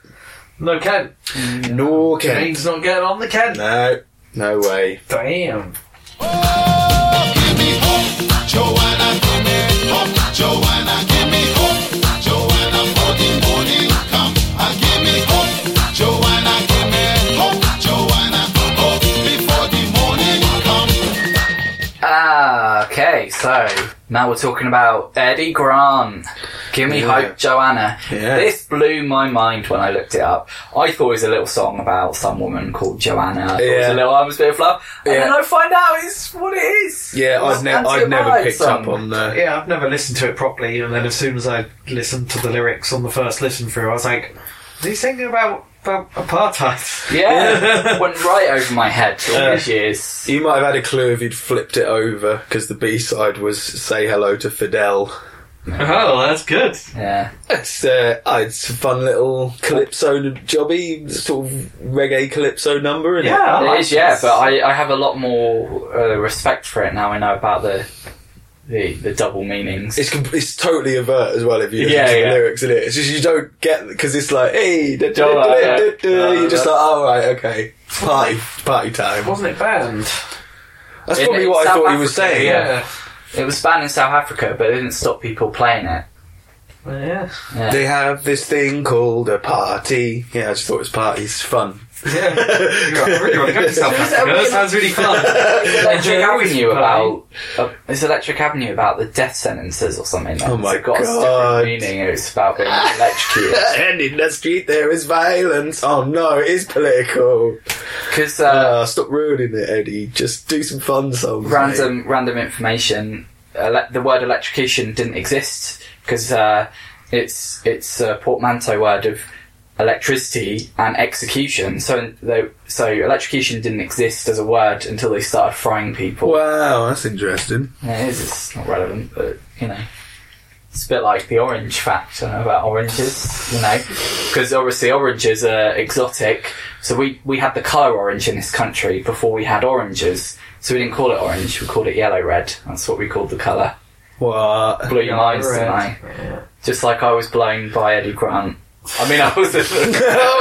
No, Kent. No, Kent. Kane's not getting on the Kent. No, no way. Damn. Ah, okay, so now we're talking about Eddie Grant. Give me Yeah. hope, Joanna. Yeah. This blew my mind when I looked it up. I thought it was a little song about some woman called Joanna. I thought It was Yeah. a little arms bit of love. And Yeah. then I find out it's what it is. Yeah, It's I've, ne- I've Anti-Vibe never picked song. up on the. Yeah, I've never listened to it properly, and then as soon as I listened to the lyrics on the first listen through, I was like, is he singing about, about apartheid? Yeah, went right over my head all Uh, these years. You might have had a clue if you'd flipped it over because the B side was "Say Hello to Fidel." Oh, that's good. Yeah. It's uh, oh, it's a fun little calypso jobby sort of reggae calypso number, is Yeah, I like It is, yeah, this. but I, I have a lot more uh, respect for it now I know about the the, the double meanings. It's com- it's totally overt as well if you listen Yeah, to yeah. the lyrics in it. It's just you don't get because it's like hey, da, da, Don't da, like da, da, that. da. No, you're just like that's- oh right okay party party time. Wasn't it banned? That's In- probably in what I South thought he was Africa, saying. Yeah. It was banned in South Africa, but it didn't stop people playing it. Yeah. Yeah. They have this thing called a party. Yeah, I just thought it was party. It's fun. Yeah. You're, I really want to go to South Africa. That sounds really fun. It's Electric Yeah, it's Avenue fine. about uh, it's Electric Avenue about the death sentences or something. Like, Oh my it's got a God. different meaning. and It's about being electrocuted and in the street there is violence. Oh no, it is political. because Uh, stop ruining it, Eddie. Just do some fun songs. random random information. Ele- the word electrocution didn't exist because uh, it's it's a portmanteau word of electricity and execution. So they, so electrocution didn't exist as a word until they started frying Mate. people. Wow, that's interesting. Yeah, it is. It's not relevant, but you know. It's a bit like the orange fact about oranges, you know, because obviously oranges are exotic. So we, we had the colour orange in this country before we had oranges. So we didn't call it orange, we called it yellow red. That's what we called the colour. What? Blew your minds, Red. didn't I? Just like I was blown by Eddie Grant. I mean, I was.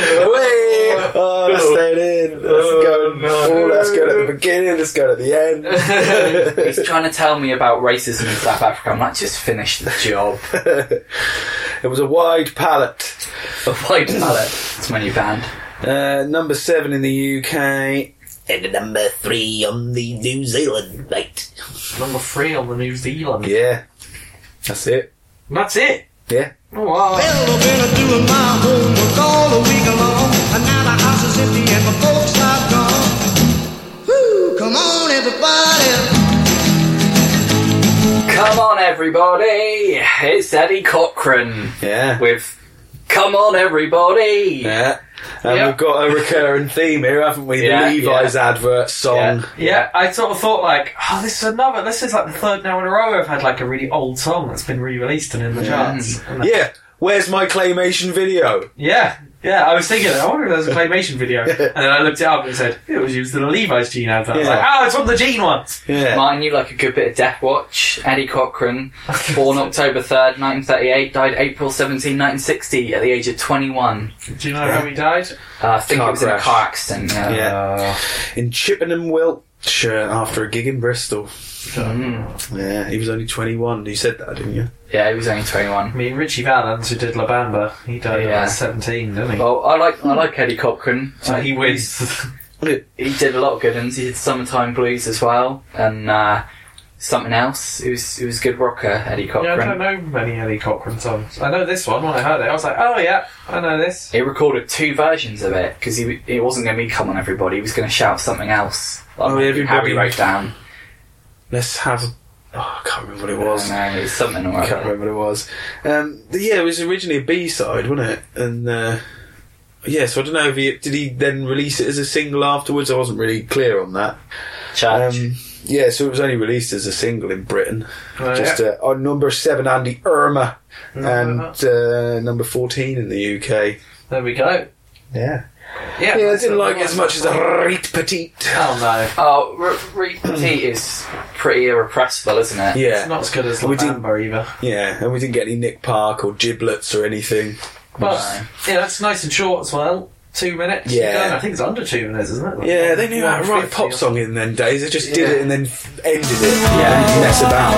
Oh, wait. Oh, that's staying in. That's Oh, going. no. Oh, that's going at the beginning. That's going at the end. He's trying to tell me about racism in South Africa. I'm like, just finish the job. it was a wide palette. A white palette. It's my new band. Uh, number seven in the UK. And number three on the New Zealand mate. Number three on the New Zealand. Yeah, that's it. And that's it. Yeah. Wow. Well, I've been doing my homework all the week long, and now the house is empty and my folks are gone. Woo, come on, everybody. Come on, everybody! It's Eddie Cochran Yeah. with Come On, Everybody! Yeah. And Yeah. we've got a recurring theme here, haven't we? The Yeah, Levi's advert song. Yeah, I sort of thought like, oh, this is another. This is like the third now in a row I've had like a really old song that's been re-released and in the charts. And uh, Yeah. Mm. Where's my claymation video? Yeah, yeah. I was thinking, I wonder if there's a claymation video, and then I looked it up and it said it was used in a Levi's Gene advert. I was Yeah. like, oh, it's one of the Gene ones. Yeah. Martin, you like a good bit of Death Watch. Eddie Cochran, born October 3rd, 1938, died April 17, 1960, at the age of 21. Do you know how he died? Uh, Uh, I think Car it was in a crash. car accident. Yeah. Yeah. in Chippenham, Wiltshire, after a gig in Bristol. Mm. Yeah, he was only 21. You said that, didn't you? Yeah, he was only 21. I mean, Richie Valens, who did La Bamba, he died when he Yeah. was seventeen, didn't he? Well, I like I like Eddie Cochran. Um, so he wins. he did a lot of good ones. He did Summertime Blues as well, and uh, something else. He was he was a good rocker, Eddie yeah, I Cochran. don't know many Eddie Cochran songs. I know this one. When I heard it, I was like, oh yeah, I know this. he recorded two versions of it because he he wasn't going to be "Come on, everybody." He was going to shout something else. Like Oh, Harry everybody. wrote down. Let's have. Oh, I can't remember what it was. I don't know, it's something or I can't other. remember what it was. Um, but yeah, it was originally a B side, wasn't it? And uh, yeah, so I don't know if he did he then release it as a single afterwards. I wasn't really clear on that. Church. Um, yeah, so it was only released as a single in Britain. Oh, Just uh, on number seven, Andy Irma, and uh, number fourteen in the UK. There we go. Yeah, Yeah, yeah, I that's didn't the like it one. as much as a Rite Petite. Oh no, oh, re- repeat is pretty irrepressible, isn't it? Yeah, it's not as good as La We didn't- Bamba either. yeah, and we didn't get any Nick Park or Giblets or anything. But No. yeah, that's nice and short as well. Two minutes. Yeah. You've done- I think it's under two minutes, isn't it? Like Yeah, they knew how to write 150 pop or song in them days. They just did Yeah. it and then f- ended it. Yeah, didn't mess about.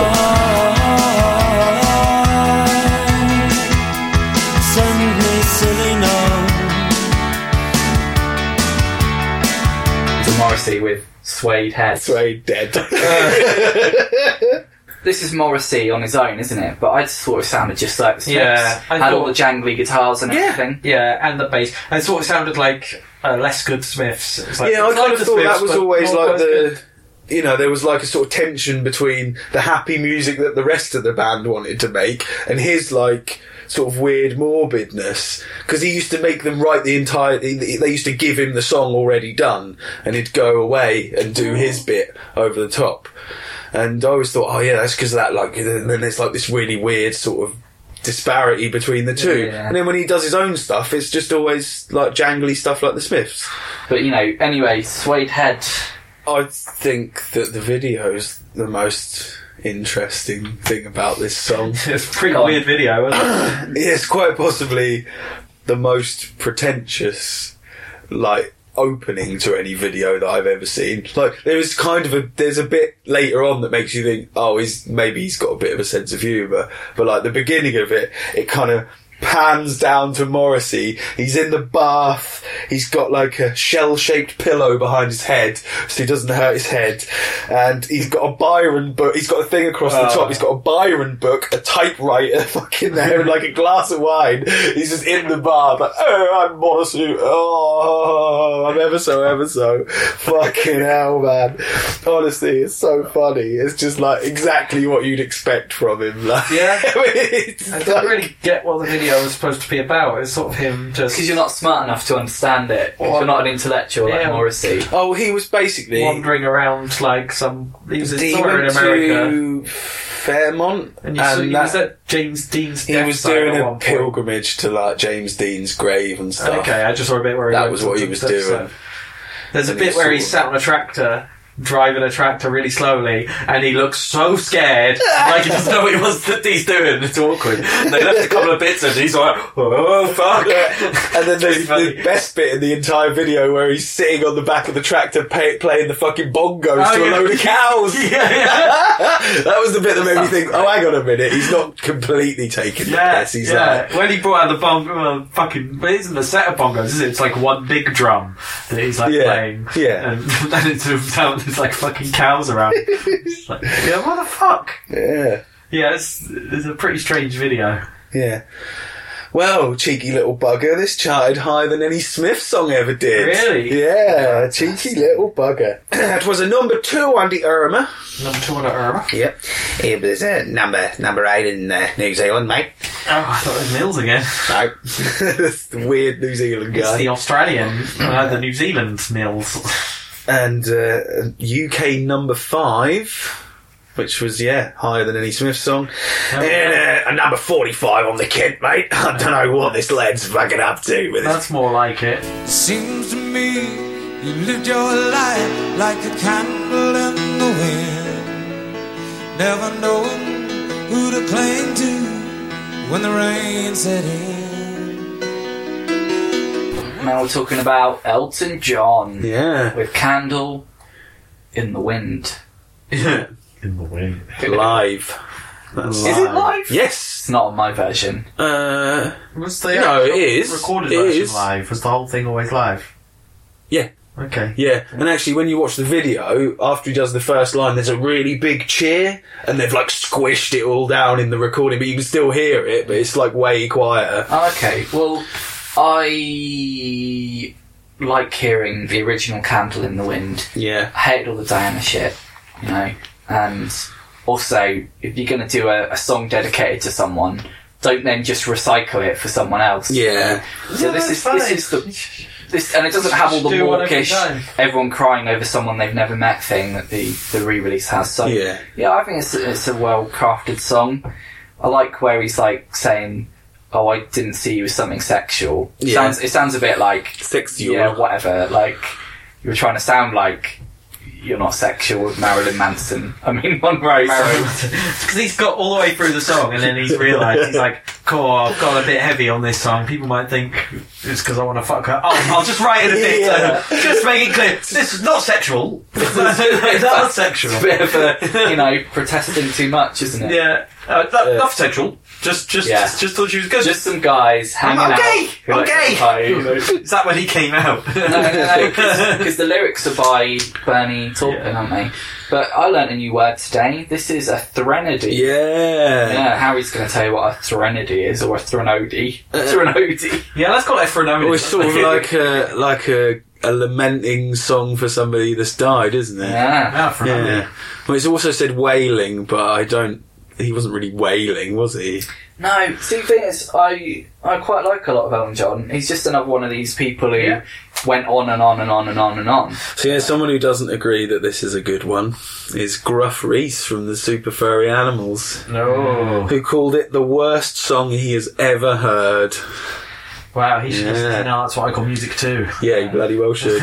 Suddenly, silly no. To Morrissey with suede head. Sway dead. This is Morrissey on his own, isn't it? But I just thought it sounded just like the Smiths. Yeah, I had all thought- the jangly guitars and everything. Yeah, and the bass. And it sort of sounded like uh, less good Smiths. It was like, yeah, I it's kind like of the thought that Smiths, was but always not like as the. good. You know, there was like a sort of tension between the happy music that the rest of the band wanted to make and his like sort of weird morbidness because he used to make them write the entire. They they used to give him the song already done and he'd go away and Oh. do his bit over the top. And I always thought, oh yeah, that's because of that. Like, and then there's like this really weird sort of disparity between the two. Yeah. And then when he does his own stuff, it's just always like jangly stuff like the Smiths. But you know, anyway, suede head. I think that the video is the most interesting thing about this song. It's a pretty Go on. weird video, wasn't it? it's quite possibly the most pretentious, like opening to any video that I've ever seen. Like there is kind of a there's a bit later on that makes you think, oh, he's maybe he's got a bit of a sense of humour. But like the beginning of it, it kind of pans down to Morrissey. He's in the bath. He's got like a shell shaped pillow behind his head so he doesn't hurt his head. And he's got a Byron book. He's got a thing across the top. He's got a Byron book, a typewriter fucking there, and like a glass of wine. He's just in the bar, like, oh, I'm Morrissey. Oh, I'm ever so, ever so. fucking hell, man. Honestly, it's so funny. It's just like exactly what you'd expect from him. Like, Yeah. it's I didn't like- really get what the video was supposed to be about. It was sort of him just Because you're not smart enough to understand it. 'Cause you're not an intellectual like Yeah. Morrissey. Oh, he was basically wandering around like some. He was He somewhere in went America. to Fairmont, And you see, that- was that James Dean's he death was site doing at a one point? pilgrimage to like James Dean's grave and stuff. Okay, I just saw a bit where he That went was to what he the was steps, doing. so- There's a And he bit where he sort sat on a tractor, driving a tractor really slowly, and he looks so scared, like he doesn't know what he wants that he's doing. It's awkward. They left a couple of bits, and he's like, "Oh fuck!" And then there's It's funny. the best bit in the entire video where he's sitting on the back of the tractor pay, playing the fucking bongos Oh, to a yeah. load of cows. yeah, yeah. that was the bit that made me think, oh, hang on a minute, he's not completely taking the Yeah, piss. He's yeah. like, when he brought out the bong, well, fucking, but it isn't a set of bongos, is it? It's like one big drum that he's like Yeah, playing. yeah. And then it's sound, there's like fucking cows around. It's like, yeah, what the fuck? yeah, Yeah, it's, it's a pretty strange video. yeah. Well, cheeky little bugger, this charted higher than any Smith song ever did. Really? Yeah, cheeky little bugger. that was a number two on the Irma. Number two on Irma. Yep. It was uh, number number eight in uh, New Zealand, mate. Oh, I thought it was Mills again. No. That's the weird New Zealand It's guy. the Australian, uh, the New Zealand Mills. and uh, UK number five, which was yeah higher than any Smith song, Oh, and uh, a number forty-five on the Kent, mate. I don't know what this lad's fucking up to with this. That's more like it. Seems to me you lived your life like a candle in the wind, never knowing who to cling to when the rain set in. Now we're talking about Elton John Yeah, with Candle in the Wind. In the wind. live. That's Is it live? It's Yes. not on my version. Uh, Was the No, it actual is. Recorded It version is. live? Was the whole thing always live? Yeah. Okay. yeah, and actually, when you watch the video after he does the first line, there's a really big cheer, and they've like squished it all down in the recording, but you can still hear it, but it's like way quieter. Ah, Okay, well, I like hearing the original Candle in the Wind. Yeah, I hate all the Diana shit, you know. And also, if you're going to do a, a song dedicated to someone, don't then just recycle it for someone else. yeah, So this is this is the this, and it doesn't have all the Do one every mawkish time. everyone crying over someone they've never met thing that the the re-release has. So yeah. yeah, I think it's it's a well crafted song. I like where he's like saying, "Oh, I didn't see you as something sexual." Yeah. Sounds it sounds a bit like Sexual. yeah, whatever. Like you were trying to sound like you're not sexual with Marilyn Manson. I mean, Monroe. so- Because he's got all the way through the song and then he's realised, he's like, cool, I've got a bit heavy on this song. People might think it's because I want to fuck her. Oh, I'll just write it a bit. Yeah. So just make it clear. This is not sexual. it's not sexual. It's a bit of a you know protesting too much, isn't it? Yeah. Uh, not, not sexual. Just, just, Yeah. just, just thought she was good. Just some guys hanging I'm out. gay! who I'm like gay! to play, you know. is that when he came out? No, no, no, because the lyrics are by Bernie Taupin, Yeah. aren't they? But I learnt a new word today. This is a threnody. Yeah. Yeah, Harry's going to tell you what a threnody is, or a threnody. Uh, threnody. yeah, let's call it for a Well, moment. it's sort of like a like a, a lamenting song for somebody that's died, isn't it? Yeah. Yeah, Ah, for Yeah. a moment. Well, it's also said wailing, but I don't. He wasn't really wailing, was he? No, see, the thing is, I, I quite like a lot of Elton John. He's just another one of these people who Yeah. went on and on and on and on and on. So yeah, someone who doesn't agree that this is a good one is Gruff Reese from the Super Furry Animals, No. who called it the worst song he has ever heard. Wow, he should Yeah. listen to now. That's what I call music too. Yeah, you bloody well should.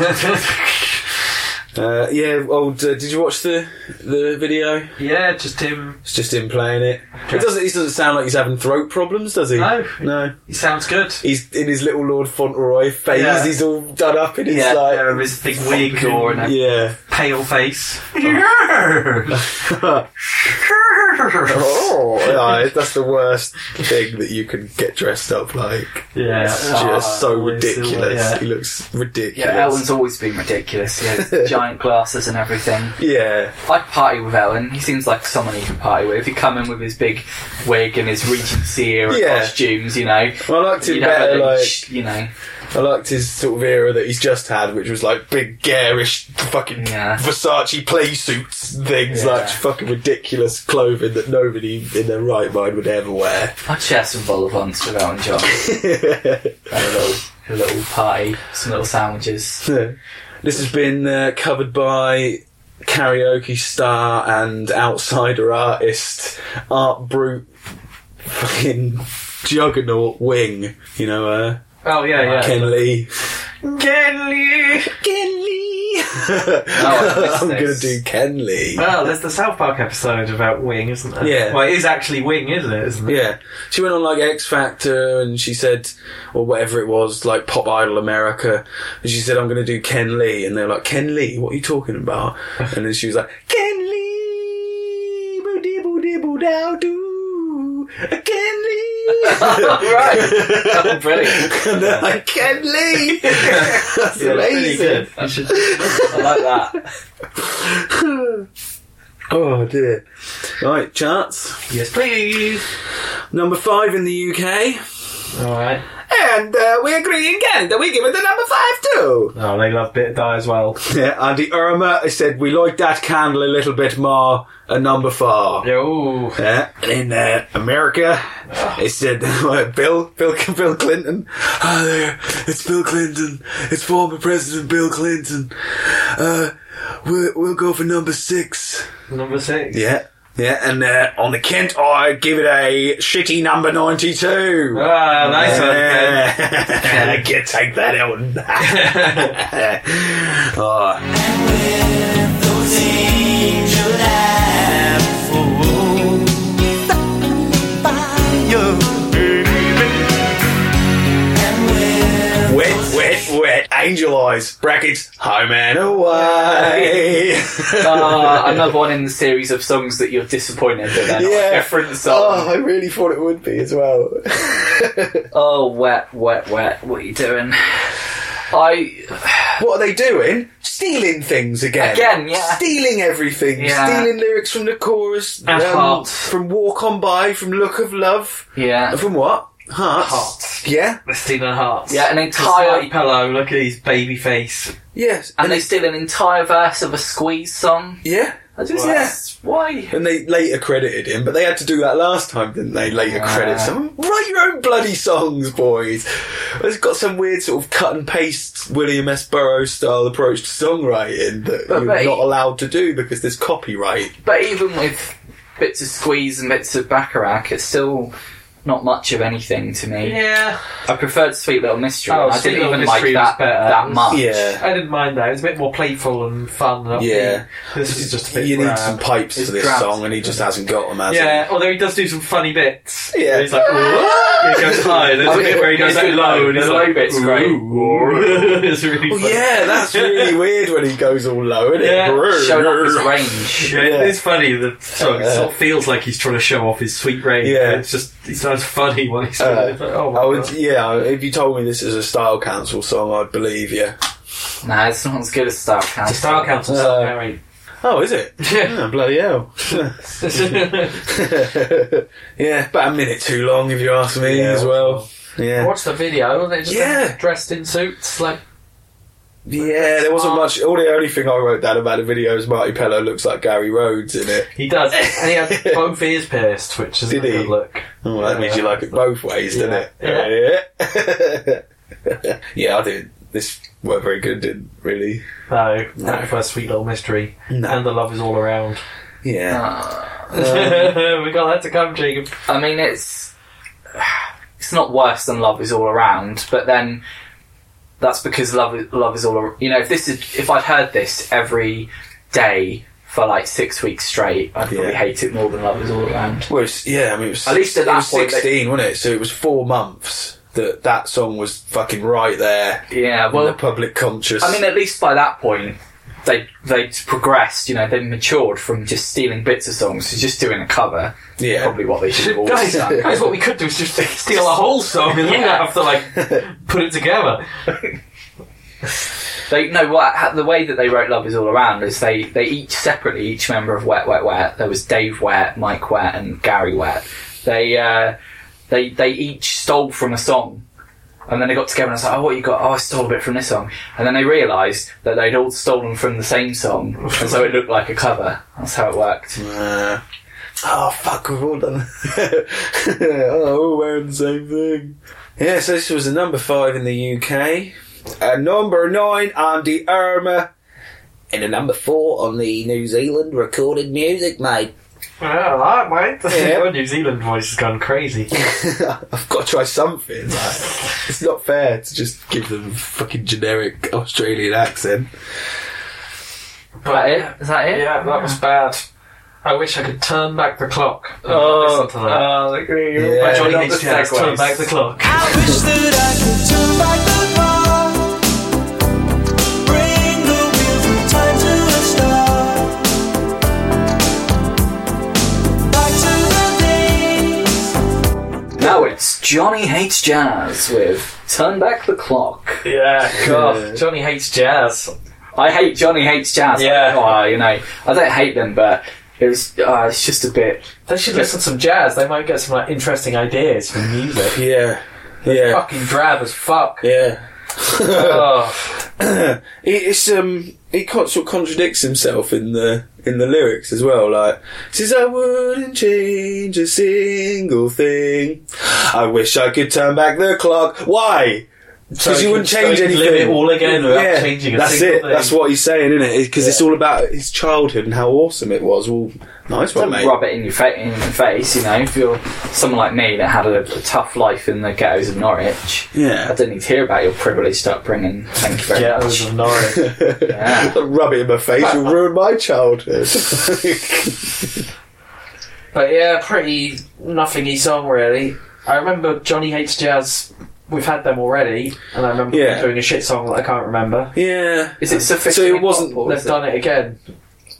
uh, yeah, old. Uh, did you watch the the video? yeah, just him. It's just him playing it. It doesn't. He doesn't sound like he's having throat problems, does he? No. No. He sounds good. He's in his little Lord Fauntleroy phase. Yeah. He's all done up in his Yeah, like. There is big wig Door or and a Yeah. pale face. oh, yeah, that's the worst thing that you can get dressed up like. yeah. It's just so we're still- ridiculous. yeah. He looks Yeah, ridiculous. Elton's always been ridiculous. He has giant glasses and everything. Yeah. I'd party with Ellen. He seems like someone you could party with. He'd come in with his big wig and his Regency era Yeah. costumes, you know. Well, I liked him You'd have a better. little Like sh- you know, I liked his sort of era that he's just had, which was like big garish fucking Yeah. Versace play suits and things, Yeah. like fucking ridiculous clothing that nobody in their right mind would ever wear. I'd share some volivants with Elton John. Have a little, a little party, some little sandwiches. this has been uh, covered by karaoke star and outsider artist, art brute, fucking juggernaut wing. You know, uh, Oh yeah, yeah. Ken Lee. Ken Lee. Ken Lee. I missed I'm gonna this. do Uh, Ken Lee. Well, there's the South Park episode about Wing, isn't there? Yeah. Well, it is actually Wing, isn't it? Isn't it? Yeah, she went on like X Factor, and she said, or whatever it was, like Pop Idol America, and she said, "I'm going to do Ken Lee," and they were like, "Ken Lee, what are you talking about?" and then she was like, "Ken Lee, boo dee boo dee boo dow doo, Ken Lee." right. Oh, brilliant. and they're like, "Ken Lee," that's amazing. You should- I like that. Oh dear. Right, charts Yes, please. number five in the UK, All right. and uh, we agree in Canada. We give it the number five too. Oh, they love Bit of Die as well. Yeah, Andy Irma I said we like that candle a little bit more a number four. Yeah. Ooh. Yeah, and in uh, America, it said Bill, Bill, Bill Clinton. Hi there, it's Bill Clinton. It's former President Bill Clinton. Uh, we'll, we'll go for number six. Number six. Yeah, yeah, and uh, on the Kent, I give it a shitty number ninety-two. Ah, nice one. Ken. Yeah. I can't take that out. oh, Wet, wet, wet. Angel eyes. Brackets. Home and away. Uh, another one in the series of songs that you're disappointed that they're not a Yeah. different oh, song. I really thought it would be as well. Oh. wet, wet, wet. What are you doing? I what are they doing? Stealing things again. Again, yeah. Stealing everything. Yeah. Stealing lyrics from the chorus. Um, And hearts. from Walk On By, from Look of Love. Uh, yeah From what? Hearts. Hearts. Yeah? They're stealing hearts. yeah an Smarty entire pillow. Look at his baby face. Yes. and they steal an entire verse of a squeeze song. Yeah. I just Yeah. that's- why And they later credited him, but they had to do that last time, didn't they? Later credit someone. Write your own bloody songs, boys. It's got some weird sort of cut and paste William S. Burroughs style approach to songwriting that But you're mate- not allowed to do because there's copyright. But even with bits of squeeze and bits of bacharach, it's still not much of anything to me. Yeah. I preferred Sweet Little Mystery. Oh, and I Sweet didn't Little even Mystery was like that better. that much. Yeah. I didn't mind that. It was a bit more playful and fun. And upbeat. Yeah. This is just a bit. you need drab. some pipes It's to this drab. song, and he just hasn't got them, has Yeah, although he does do some funny bits. he? Yeah. He's like, "Whoa." he goes high. There's I a mean, bit where he goes it's like good low. low. and he's The like, low bit's great. "Ooh." it's really Oh, funny. yeah, that's really weird when he goes all low, isn't Yeah. it? Showed off his range. Yeah, Yeah. It is funny. The song sort of feels like he's trying to show off his sweet range. Yeah. It's just it sounds funny when he's Uh, doing it. Like, oh my I would, God. yeah, if you told me this is a Style Council song, I'd believe you. Nah, it's not as good as Star Council. It's a Star Council Uh, song, Harry. Oh, is it? Yeah. Oh, bloody hell. yeah, about a minute too long, if you ask me, as well. Yeah. Watch the video. They just Yeah. dressed in suits. Like Yeah, there wasn't much. All the only thing I wrote down about the video is Marty Pello looks like Gary Rhodes in it. he does, and he had both ears pierced, which is a Did he? good look. Oh, that means you like it both ways, doesn't it? Yeah. yeah, I did. This weren't very good, didn't really. No, no. first sweet little mystery, No. and the love is all around. Um, Yeah. we got that to come, Jacob. I mean, it's it's not worse than Love Is All Around, but then that's because Love Is- Love Is All. Ar- You know, if this is if I'd heard this every day for like six weeks straight, I'd probably Yeah. hate it more than Love Is All Around. Well, it's, yeah, I mean, it was, At least at it that was point, they- 16, wasn't it? So it was four months that that song was fucking right there Yeah, in the well, public conscious. I mean, at least by that point. They they progressed, you know. They matured from just stealing bits of songs to just doing a cover. Yeah. probably what they should have always Guys, done. guys, what we could do is just steal a whole song and then Yeah. have to like put it together. They no what ha- the way that they wrote "Love Is All Around" is they they each separately each member of Wet Wet Wet. There was Dave Wet, Mike Wet, and Gary Wet. They uh, they they each stole from a song, and then they got together and was like, "Oh, what you got? Oh, I stole a bit from this song." And then they realised that they'd all stolen from the same song, and so it looked like a cover. That's how it worked. Uh, oh fuck, we've all done. oh, we're wearing the same thing. Yeah, so this was a number five in the UK. Uh, number nine, Andy Irma. in a number four on the New Zealand recorded music, mate. Well, all right, mate. Yeah. Your New Zealand voice has gone crazy. I've got to try something. Like, it's not fair to just give them a fucking generic Australian accent. that it? Is that it? Yeah, that was bad. I wish I could turn back the clock. and listen to that. oh, look, you're Yeah. all By Johnny about the H. Jazz, turn segues. back the clock. I wish that I could turn back the clock, bring the wheel from time to a stop, back to the days. Now it's Johnny Hates Jazz with Turn Back the Clock. Yeah, Yeah. God, Johnny hates jazz. I hate Johnny Hates Jazz. Yeah. Oh, you know, I don't hate them, but it was, uh, it's just a bit. They should listen to some jazz. They might get some like interesting ideas from music. Yeah. Yeah. Fucking drab as fuck. Yeah. Oh, He- it's um he con- sort of contradicts himself in the in the lyrics as well. Like he says, I wouldn't change a single thing. I wish I could turn back the clock. Why? Because he you wouldn't could- so change he could anything. live it all again without changing a that's single it. thing. That's what he's saying, isn't it? Because it's all about his childhood and how awesome it was. Well, nice one, Don't mate. rub it in your, fa- in your face, you know. If you're someone like me that had a, a tough life in the ghettos of Norwich, I Yeah. didn't need to hear about your privileged upbringing. Thank you very yeah, much. those of Norwich. Yeah. Don't Rub it in my face. You'll ruin my childhood. But yeah, pretty nothingy song really. I remember Johnny Hates Jazz. We've had them already, and I remember Yeah. doing a shit song that I can't remember. yeah. Is it sufficient? So it wasn't- Pop, or They've is it, done it again.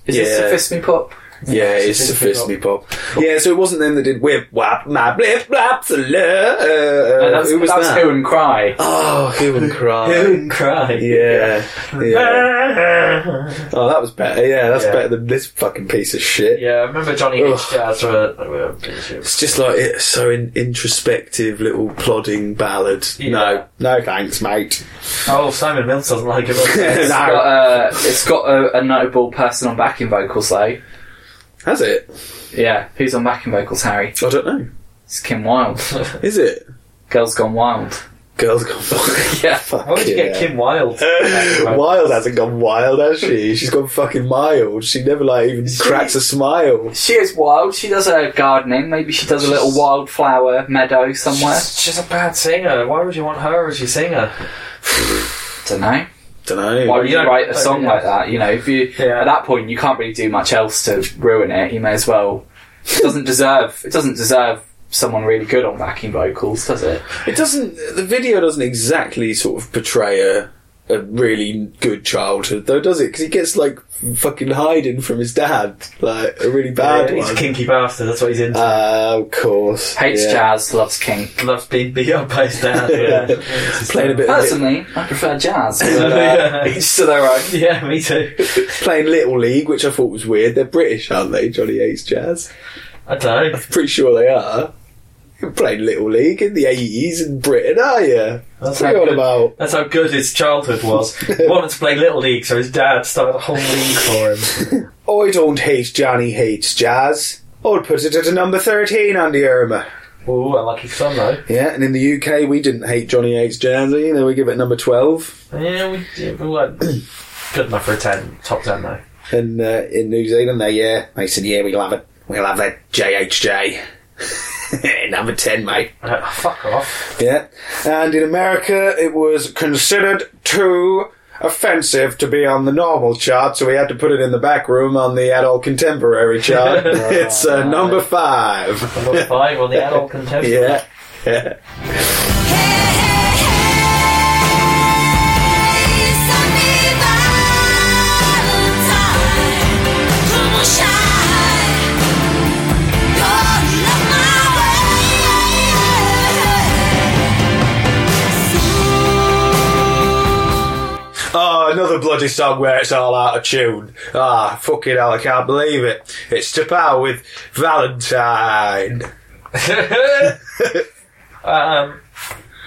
is Yeah. it Sophist Me Pop? Yeah, it's Sophisticate sophisticate pop. Yeah, so it wasn't them that did whip whap my blip blaps a Uh, No, that's, who was that's that? Who and Cry. Oh, who and cry. Don't cry. Yeah. yeah. Oh, that was better. Yeah, that's Yeah. better than this fucking piece of shit. Yeah, I remember Johnny Ugh. Hates Jazz were, were a piece of- It's just like it's so in- introspective, little plodding ballad. Yeah. No, no, thanks, mate. Oh, Simon Mills doesn't like it. It's got, uh, it's got a, a notable person on backing vocals though. Has it? Yeah, who's on backing vocals, Harry? I don't know. It's Kim Wilde. Is it? Girls Gone Wild. Girls gone fucking. Yeah. Fuck How did you get yeah. Kim Wilde? Wild hasn't gone wild, has she? She's gone fucking mild. She never like even cracks a smile. She is wild. She does her gardening. Maybe she does a little wildflower meadow somewhere. She's, she's a bad singer. Why would you want her as your singer? Don't know. Don't know. Why would you you don't- write a don't song really like that? You know, if you Yeah. at that point you can't really do much else to ruin it. You may as well. It doesn't deserve. It doesn't deserve someone really good on backing vocals, does it? It doesn't. The video doesn't exactly sort of portray a, a really good childhood, though, does it? Because he gets like fucking hiding from his dad, like a really bad he's a one. kinky bastard. That's what he's into. Uh, of course, Hates yeah. jazz, loves kink. Loves being beat up by his dad. Yeah. Yeah, Playing a bit, of li- Personally, I prefer jazz. But, Yeah. uh, each to their own. yeah me too. playing Little League, which I thought was weird. They're British, aren't they? Johnny Ace Jazz. I don't know. Pretty sure they are. You're playing Little League in the eighties in Britain, are you? That's That's what how you on good- about. That's how good his childhood was. He wanted to play Little League, so his dad started a whole league for him. I don't hate Johnny hates jazz. I'd put it at a number thirteen under Irma. Ooh, unlucky son though. Yeah, and in the UK, we didn't hate Johnny H. Jazz either. We give it number 12. Yeah, we, yeah, we weren't good enough for a ten, top ten though. And uh, in New Zealand, they, yeah, they said, yeah, we'll have it. We'll have that JHJ. number 10, mate. Uh, fuck off. Yeah. And in America, it was considered too offensive to be on the normal chart, so we had to put it in the back room on the adult contemporary chart. it's uh, number 5. Number five on the adult contemporary. Yeah. Yeah. Oh, another bloody song where it's all out of tune. Ah, fucking hell, I can't believe it. It's to power with Valentine. Um,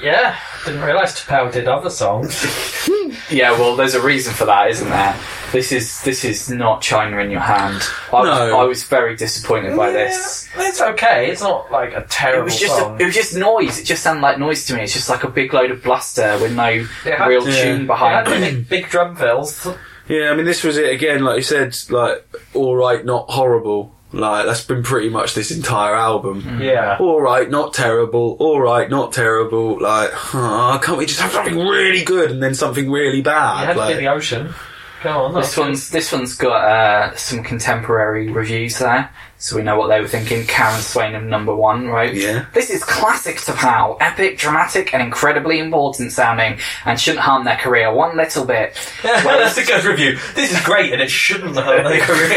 yeah, didn't realise Tapao did other songs. Yeah, well, there's a reason for that, isn't there? This is this is not China in your hand. I, was, No. I was very disappointed by this. Yeah, it's okay. It's not like a It terrible was just song. it was just noise. It just sounded like noise to me. It's just like a big load of bluster with no It had real to- tune it had behind it. big, big drum fills. Yeah, I mean, this was it again. Like you said, like all right, not horrible. Like that's been pretty much this entire album. Hmm. Yeah. All right, not terrible. All right, not terrible. Like, huh, can't we just have something really good and then something really You had bad? to be the Like, ocean. Come on, This one's this one's got uh, some contemporary reviews there, so we know what they were thinking. Karen Swain of number one, right? Yeah. This is classic to Powell, epic, dramatic, and incredibly important sounding, and shouldn't harm their career one little bit. well, that's a good review. This is great, and it shouldn't hurt their career.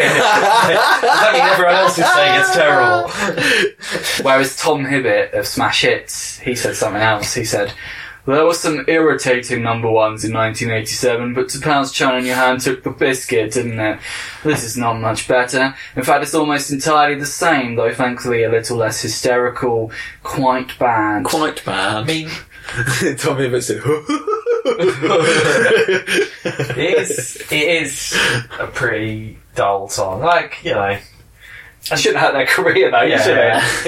that means everyone else is saying it's terrible. Whereas Tom Hibbett of Smash Hits, he said something else. He said, There were some irritating number ones in 1987, but to pounds China in your hand took the biscuit, didn't it? This is not much better. In fact, it's almost entirely the same, though thankfully a little less hysterical. Quite bad. quite bad. mean, Tommy Hibbert said, it is, it is a pretty dull song. Like, you know, I shouldn't have their career though, yeah, should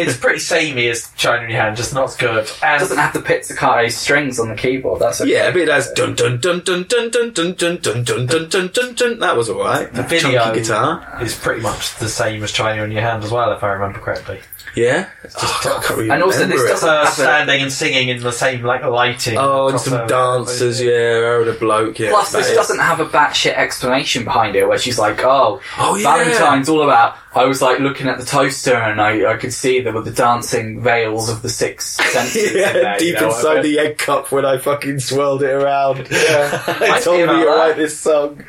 it? it's pretty samey as China in Your Hand, just not good. It And doesn't have the pizzicato strings on the keyboard, that's okay. Yeah, but it has dun dun dun dun dun dun dun dun dun dun dun dun dun dun. That was alright. The video- chunky guitar. it's pretty much the same as China in Your Hand as well, if I remember correctly. Yeah. Oh, I can't really And also this remember it. doesn't- So That's it. standing and singing in the same like lighting. Oh, and some Proper- dancers, yeah, Aaron a bloke, yeah. Plus, that this is. doesn't have a batshit explanation behind it, where she's like, "Oh, Oh, yeah. Valentine's all about." I was like looking at the toaster, and I, I could see there were the dancing veils of the six senses. in there, Yeah, you deep know, inside whatever. the egg cup when I fucking swirled it around. I I feel told me about to write that. this song.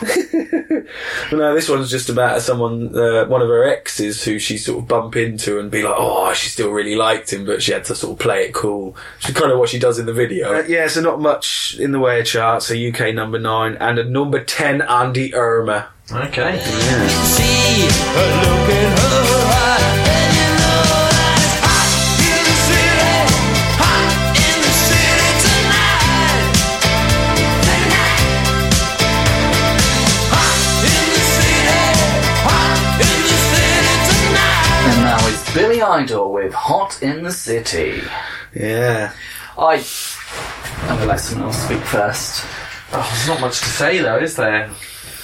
But no, this one's just about someone, uh, one of her exes who she sort of bump into and be like, oh, she still really liked him, but she had to sort of play it cool. She's kind of what she does in the video. Uh, yeah, so not much in the way of charts. A UK number nine and a number ten, Andy Irma. Okay. And now it's Billy Idol with "Hot in the City." Yeah. I, I'm gonna let someone else speak first. Oh, there's not much to say though, is there?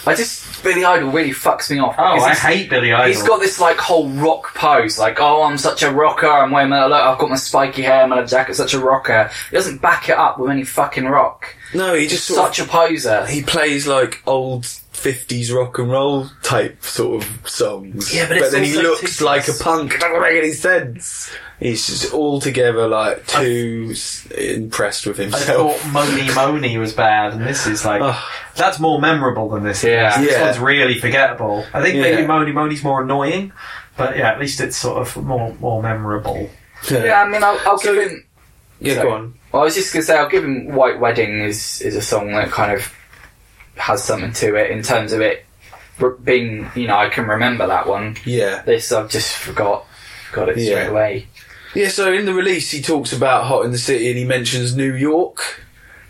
I just Billy Idol really fucks me off. Oh, because I he's- hate Billy Idol. He's got this like whole rock pose, like, oh, I'm such a rocker, I'm wearing my, look, I've got my spiky hair, my jacket, such a rocker. He doesn't back it up with any fucking rock. No, he just He's sort of such a poser. he plays like old 50s rock and roll type sort of songs. Yeah, but it's then he also looks too- like a punk. It doesn't make any sense. He's just altogether like too s impressed with I himself. thought Money Money was bad, and this is like that's more memorable than this. Yeah. is. this Yeah. one's really forgettable. I think Yeah. maybe Money Money's more annoying, but yeah, at least it's sort of more more memorable. yeah, I mean, I'll, I'll give him. Yeah, So- go on. I was just gonna say, I'll give him "White Wedding" is is a song that kind of has something to it in terms of it r- being, you know, I can remember that one. Yeah. This I've just forgot, got it Yeah. straight away. Yeah, so in the release, he talks about Hot in the City and he mentions New York.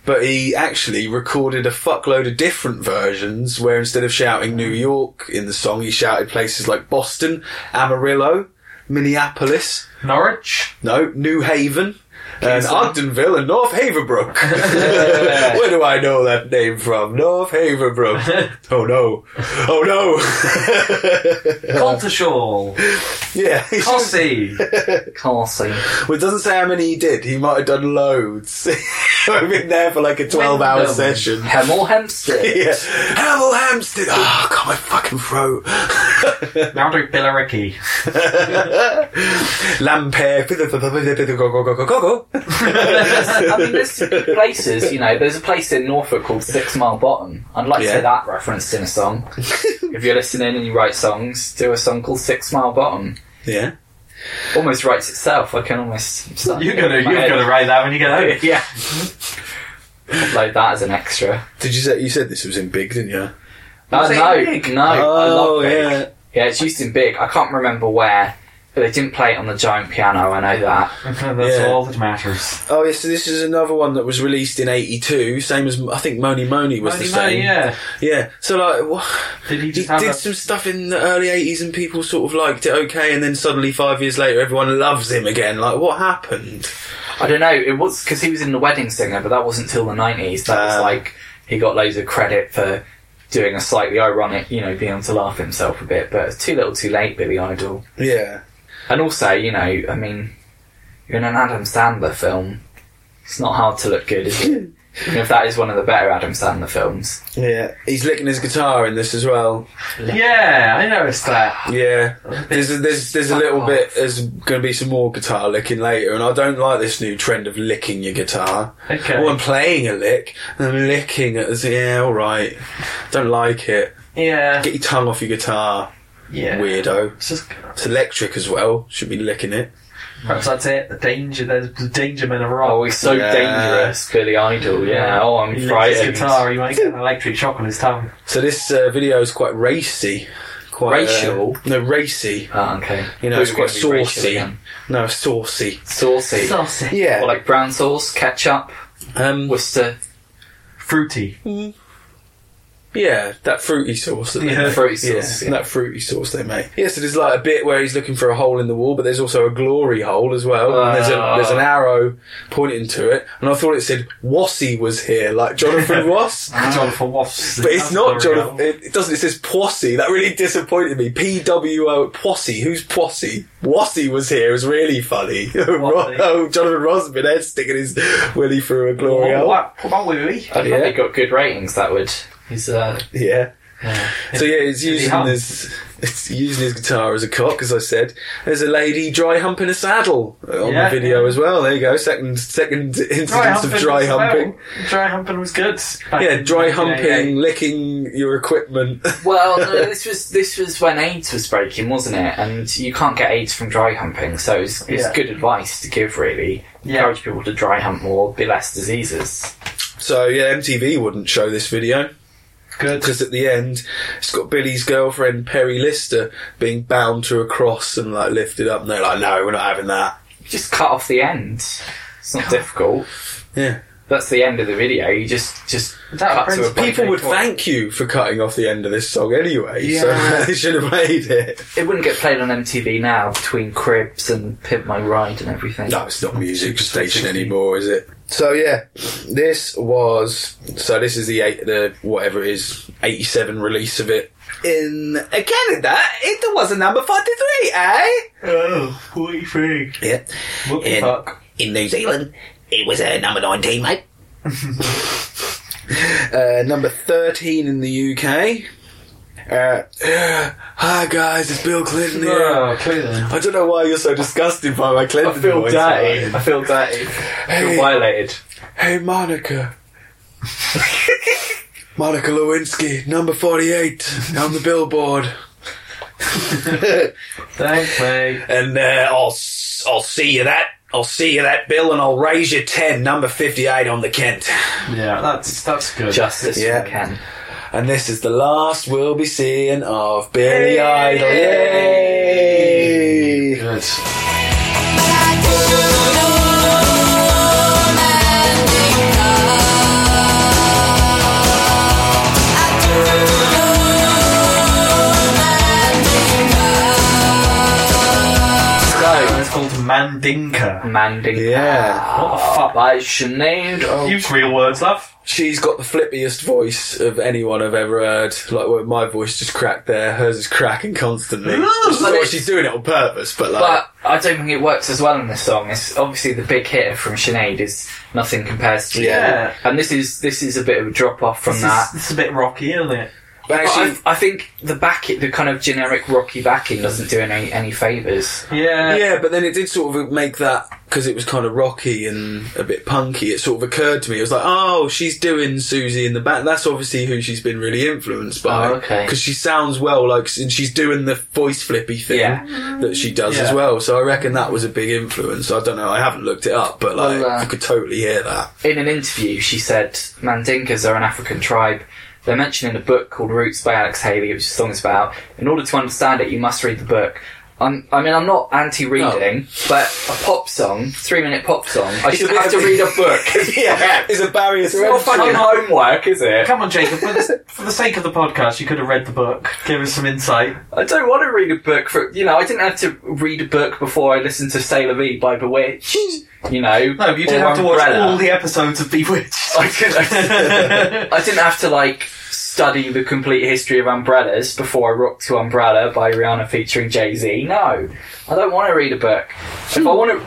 But he actually recorded a fuckload of different versions where instead of shouting New York in the song, he shouted places like Boston, Amarillo, Minneapolis, Norwich. No, New Haven. And Ogdenville and North Haverbrook. Where do I know that name from? North Haverbrook. Oh no. Oh no. Contashall, yeah. Cossey. Can't see. Well, it doesn't say how many he did. He might have done loads. I've been there for like a 12 hour Wyndham. session. Hemel Hempstead. Yeah. Hannibal Hampstead. Oh, God, my fucking throat. Maldrick Billericay. Lampere. Go, go, go, go, go, go. I mean, there's places, you know, there's a place in Norfolk called Six Mile Bottom. I'd like to Yeah. hear that referenced in a song. if you're listening and you write songs, do a song called Six Mile Bottom. Yeah. Almost writes itself. I can almost. start You're doing it gonna in my you're head. gonna write that when you get home. Yeah. Upload that as an extra. Did you say, you said this was in big, didn't you? Uh, it no, Big? no, I love Big. Oh, yeah. Oh, Yeah, it's used in Big. I can't remember where, but they didn't play it on the giant piano. I know that. That's Yeah. all that matters. Oh yes, so this is another one that was released in '82, same as I think Moni Moni was the Money, same. yeah. yeah. So like, wha- Did he he just have did a some stuff in the early '80s, and people sort of liked it okay, and then suddenly five years later, everyone loves him again. Like, what happened? I don't know. It was because he was in the Wedding Singer, but that wasn't till the nineties. That was Ah. like he got loads of credit for doing a slightly ironic, you know, being to laugh himself a bit, but it's too little too late, Billy Idol. Yeah. And also, you know, I mean, you're in an Adam Sandler film. It's not hard to look good, is it? And if that is one of the better Adam Sandler films. Yeah. He's licking his guitar in this as well. Yeah, I noticed that. Yeah. There's a, there's there's a little bit there's going to be some more guitar licking later and I don't like this new trend of licking your guitar. Okay. Well, I'm playing a lick and I'm licking it. It's- Yeah, all right. Don't like it. yeah. Get your tongue off your guitar, Yeah. weirdo. It's just, It's electric as well. Should be licking it. perhaps that's it. The danger, there's the danger men are Oh, wrong. he's so Yeah. dangerous, Billy Idol. Yeah. Oh, I'm he licks his frightened. guitar, he might get an electric shock on his tongue. So this uh, video is quite racy. Quite, uh, Racial? no, racy. Oh, okay. You know, Thought it's you were quite gonna be racial saucy. again. No, saucy. Saucy. Saucy. Yeah. Or like brown sauce, ketchup, um, Worcester, Fruity. yeah, that fruity sauce. That they Yeah. make. fruit sauce. Yeah, Yeah. that fruity sauce they make. Yeah, so there's like a bit where he's looking for a hole in the wall, but there's also a glory hole as well. and there's, a, Ah. there's an arrow pointing to it, and I thought it said Wassy was here, like Jonathan Ross. Jonathan Woffs. Ah. But it's not Jonathan. It, it doesn't. It says Posse. That really disappointed me. P W O Posse. Who's Posse? Wassy was here. It was really funny. Ro- oh, Jonathan Ross has been head sticking his willy through a glory hole. Oh, What? Come on, Louis. I probably Yeah. got good ratings. That would. He's uh, Yeah. So yeah, he's he using hump? his it's using his guitar as a cock, as I said. There's a lady dry humping a saddle on Yeah. the video as well. There you go. Second second incidence of dry was humping. well. Dry humping was good. back Yeah, in dry 1988. humping, licking your equipment. Well, no, this was this was when AIDS was breaking, wasn't it? And you can't get AIDS from dry humping, so it's, it's Yeah. good advice to give. Really, Yeah. encourage people to dry hump more, be less diseases. so yeah, MTV wouldn't show this video. Good. because at the end it's got Billy's girlfriend Perry Lister being bound to a cross and like lifted up and they're like no we're not having that Just cut off the end. It's not difficult. yeah That's the end of the video. You just just That cut to a brings- point people would where- thank you for cutting off the end of this song anyway so Yeah. they should have made it It wouldn't get played on MTV now between Cribs and Pimp My Ride and everything. no it's not music station anymore is it so yeah this was so this is the eight the whatever it is 87 release of it in Canada it was a number 43 eh Oh, 43. Yeah. What the Yeah. fuck? In New Zealand, it was uh, number 19, mate. uh, number 13 in the UK. Uh, yeah, hi guys, it's Bill Clinton here. Oh, clearly. I don't know why you're so disgusted by my Clinton voice. I feel dirty. I Hey. violated. Hey Monica. Monica Lewinsky, number 48 on the billboard. Thanks, mate. And uh, I'll, s- I'll see you that. I'll see you that, Bill, and I'll raise you 10, number 58 on the Kent. Yeah, that's that's good. Justice Yeah. for Ken. And this is the last we'll be seeing of Billy Idol. Yay! Good. So, It's called Mandinka. Mandinka. Yeah. What the fuck? By Sinead. Oh, Use real words, love. She's got the flippiest voice of anyone I've ever heard. Like well, my voice just cracked there, hers is cracking constantly. Just But like, it's- she's doing it on purpose, but like But I don't think it works as well in this song. It's obviously the big hit from Sinead is nothing compares to Yeah. you. And this is this is a bit of a drop off from This that. is, this is a bit rocky, isn't it? but But actually, I, I think the back, the kind of generic rocky backing doesn't do any any favors. Yeah. yeah, but then it did sort of make that because it was kind of rocky and a bit punky. It sort of occurred to me. It was like, oh, she's doing Susie in the back. That's obviously who she's been really influenced by. Oh, okay. Because she sounds well, like, and she's doing the voice flippy thing Yeah. that she does Yeah. as well. So I reckon that was a big influence. I don't know. I haven't looked it up, but like, Well, uh, I could totally hear that. In an interview, she said Mandinkas are an African tribe. They're mentioned in a book called Roots by Alex Haley, which the song is about. In order to understand it, you must read the book. I'm, I mean, I'm not anti-reading, but a pop song, three-minute pop song, I should a bit have to of- read a book. yeah, it's a barrier to It's not fucking entry. homework, is it? Come on, Jacob. For the, for the sake of the podcast, you could have read the book. Give us some insight. I don't want to read a book for you know. I didn't have to read a book before I listened to Sailor V by Bewitched. You know, No, but you or did have to watch Umbrella. all the episodes of Bewitched. I didn't have to like s- study the complete history of umbrellas before I rock to Umbrella by Rihanna featuring Jay Z. No, I don't want to read a book. If I want to.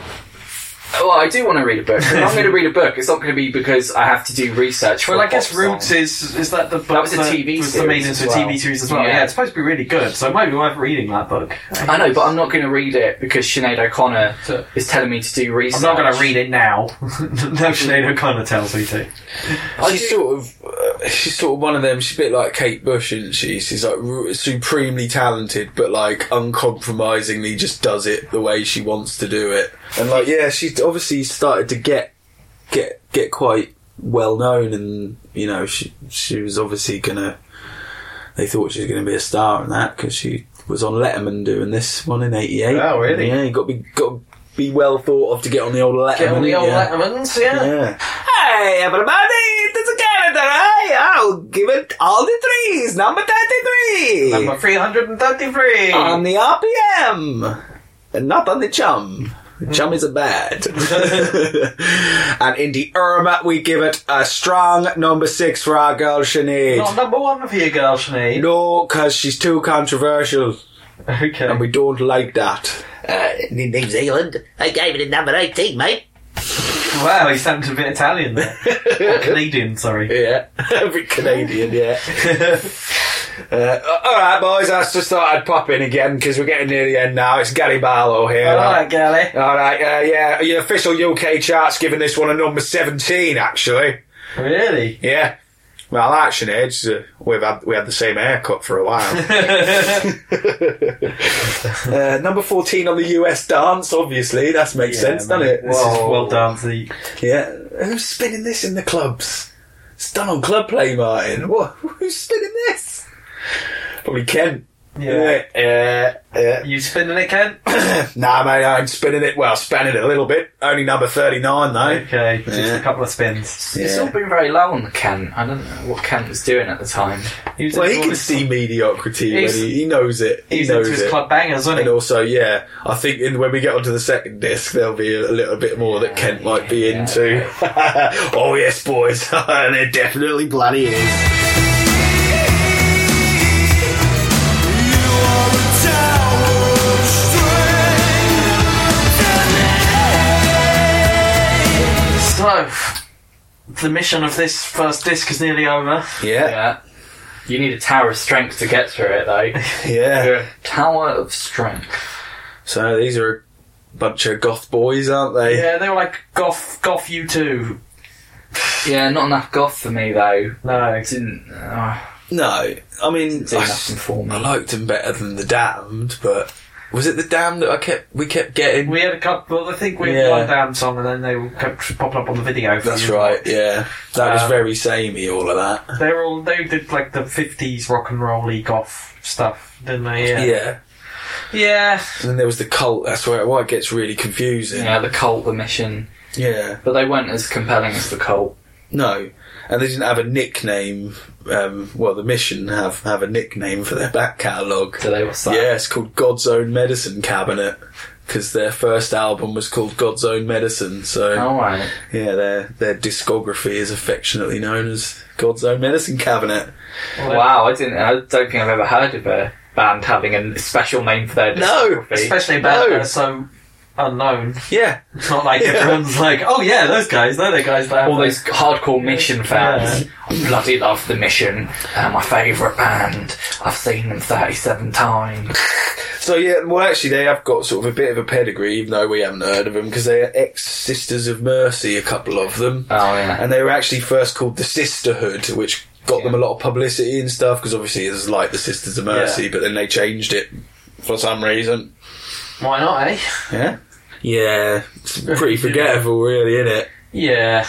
Well, I do want to read a book. If I'm going to read a book, it's not going to be because I have to do research. For Well, a I guess pop song. Roots is is that the book was a TV was the main series into a as well. TV series as well. Yeah. Yeah. it's supposed to be really good, so it might be worth reading that book. I know, but I'm not going to read it because Sinead O'Connor So- is telling me to do research. I'm not going to read it now. no, Sinead O'Connor tells me to. I she's do- sort of uh, she's sort of one of them. She's a bit like Kate Bush, isn't she? She's like ru- supremely talented, but like uncompromisingly just does it the way she wants to do it. And like, yeah, she's obviously started to get get get quite well known, and you know, she she was obviously gonna. They thought she was going to be a star in that because she was on Letterman doing this one in '88. Oh, really? Yeah, you got to be got to be well thought of to get on the old Letterman. yeah. Lettermans, yeah. uh, Yeah. Hey, everybody, this is Canada. Hey, I'll give it all the threes. Number 33. Number 333! on the RPM. And not on the chum. The Chum is a bad. and in the Irma, we give it a strong number six for our girl Not Sinead. number one for you, girl, Sinead. No, because she's too controversial Okay. and we don't like that. Uh, in New Zealand, I gave it a number 18, mate. Wow, he sounded a bit Italian there. Or Canadian, sorry. Yeah, every Canadian, yeah. Uh, all right, boys, I just thought I'd pop in again because we're getting near the end now. It's Gary Barlow here. Alright, Gally. All right, uh, yeah, your official UK chart's giving this one a number 17, actually. Really? Yeah. Well, action edge. Uh, we've had we had the same haircut for a while. uh, number fourteen on the US dance. Obviously, that makes sense, man, doesn't it? This is well done to the. Yeah, who's spinning this in the clubs? It's done on club play, Martin. What? Who's spinning this? Probably Ken. Yeah. yeah, yeah. You spinning it, Ken? Nah, mate, I'm spinning it. Well, spinning it a little bit. Only number thirty-nine, though. Okay, just Yeah. a couple of spins. It's Yeah. all been very low on the Kent. I don't know what Kent was doing at the time. He was Well, into he all can his- see mediocrity. When He's- he, he knows it. He He's knows into his it. club bangers, wasn't And he? also, yeah, I think in, when we get onto the second disc, there'll be a, little bit more that Kent might be into. oh yes, boys, and it definitely bloody is. So, the mission of this first disc is nearly over. Yeah, Yeah. You need a tower of strength to get through it, though. yeah. You're a tower of strength. So these are a bunch of goth boys, aren't they? Yeah, they were like goth, goth you too. Yeah, not enough goth for me though. No, It didn't uh, No, I mean, do I, nothing for I me. liked them better than the Damned, but was it the Damned that I kept we kept getting? we had a couple. I think we had Yeah. one damn song, and then they kept popping up on the video. for That's you. right. Yeah, that was Um, very samey. All of that. They were all they did like the fifties rock and roll goth stuff, didn't they? Yeah. Yeah. Yeah. And then there was the cult. That's where why it gets really confusing. Yeah, the cult, the mission, Yeah. but they weren't as compelling as the cult. No. And they didn't have a nickname. Um, well, the mission have have a nickname for their back catalogue. So they were that? Yeah, it's called God's Own Medicine Cabinet because their first album was called God's Own Medicine. So Oh, All right. yeah, their their discography is affectionately known as God's Own Medicine Cabinet. Wow, I didn't. I don't think I've ever heard of a band having a special name for their No, discography. Especially about No. they're so unknown. Yeah, It's not like Yeah. everyone's like, oh yeah, those guys, they're the guys that have all those hardcore mission fans. I bloody love the mission. They're my favourite band. I've seen them thirty-seven times. So yeah, well, actually, they have got sort of a bit of a pedigree, even though we haven't heard of them, because they are ex Sisters of Mercy, a couple of them, Oh yeah. and they were actually first called the Sisterhood, which got them a lot of publicity and stuff, because obviously it's like the Sisters of Mercy, but then they changed it for some reason. Why not, eh? Yeah, yeah, it's pretty forgettable, really, isn't it? Yeah.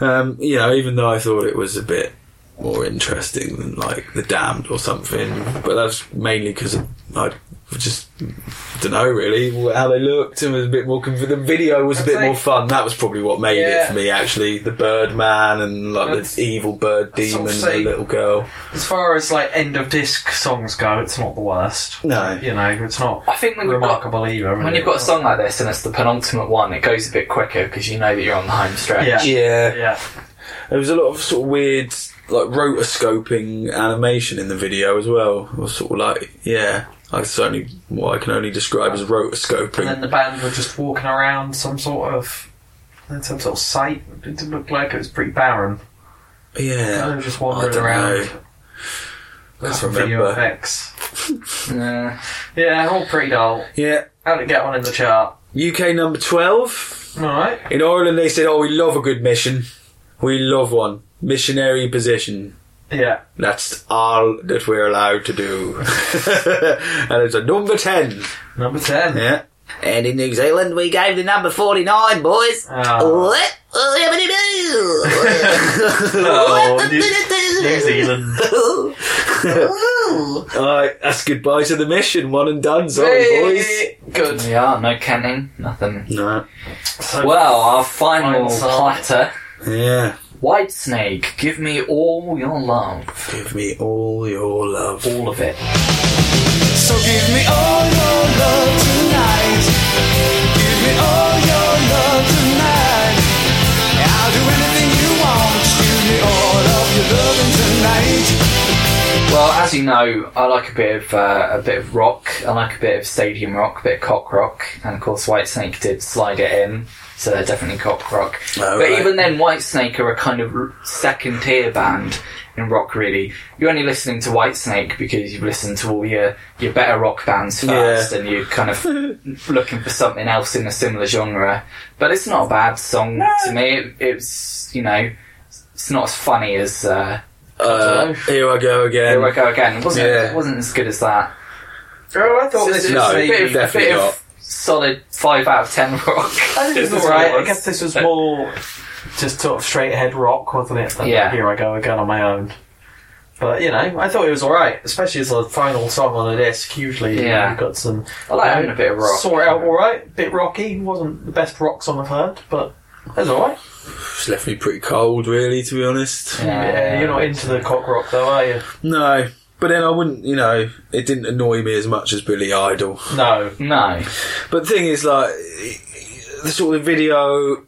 Um, you know, even though I thought it was a bit more interesting than like The Damned or something, but that's mainly because I just don't know really how they looked and was a bit more. Conv- the video was a bit I'd say- more fun. That was probably what made it Yeah. for me actually. The Birdman and like That's- the evil bird I'd demon, sort of the say- little girl. As far as like end of disc songs go, it's not the worst. No. You know, it's not I think when you've got remarkable either. when you've got a song like this and it's the penultimate one, it goes a bit quicker because you know that you're on the home stretch. Yeah. Yeah, Yeah. there was a lot of sort of weird like rotoscoping animation in the video as well. It was sort of like yeah, I certainly what I can only describe as And then rotoscoping. the band were just walking around some sort of some sort of site. It didn't look like it was pretty barren. Yeah, they were just I wandering don't around. know. That's Can't video remember. effects. Nah. Yeah, all pretty dull. yeah. How'd it get on in the chart? UK number twelve. Alright. In Ireland, they said, "Oh, we love a good mission. We love one missionary position. Yeah. That's all that we're allowed to do." and it's a number ten. Number 10. Yeah, And in New Zealand, we gave the number 49, boys. Ah. Oh. What? Oh, New, New Zealand. uh, that's goodbye to the mission. One and done. Sorry, Hey, Good. Yeah, no canning, nothing. boys. No. So, Well, our final Fine song. platter, Yeah, White Snake, give me all your love, give me all your love. all of it. So give me all your love tonight. Give me all your love tonight. I'll do anything you want. Just give me all of your loving tonight. Well, as you know, I like a bit of uh, a bit of rock. I like a bit of stadium rock, a bit of cock rock, and of course, Whitesnake did slide it in, so they're definitely cock rock. Oh, but right. even then, Whitesnake are a kind of second tier band in rock. Really, you're only listening to Whitesnake because you've listened to all your your better rock bands first, and you're kind of looking for something else in a similar genre. But it's not a bad song to me. It, it's you know, it's not as funny as. Uh, Uh, here I go again. here we go again. It wasn't, Um, Yeah. it wasn't as good as that. oh, I thought It's this was just No, a bit of, a definitely bit not. of solid 5 out of 10 rock. I think it was It's alright. I alright. guess this was But- more just sort of straight ahead rock, wasn't it? Than Yeah. Here I go again on my own. But you know, I thought it was alright, especially as the final song on the disc. Usually, you know, Yeah. you've got some. I like having a bit of rock. Saw it out alright. Bit rocky. wasn't the best rock song I've heard, but that's alright. It's left me pretty cold, really, to be honest. Yeah, you're not into the cock rock though, are you? No, but then I wouldn't. You know, it didn't annoy me as much as Billy Idol. No. No. But the thing is, like, the sort of video,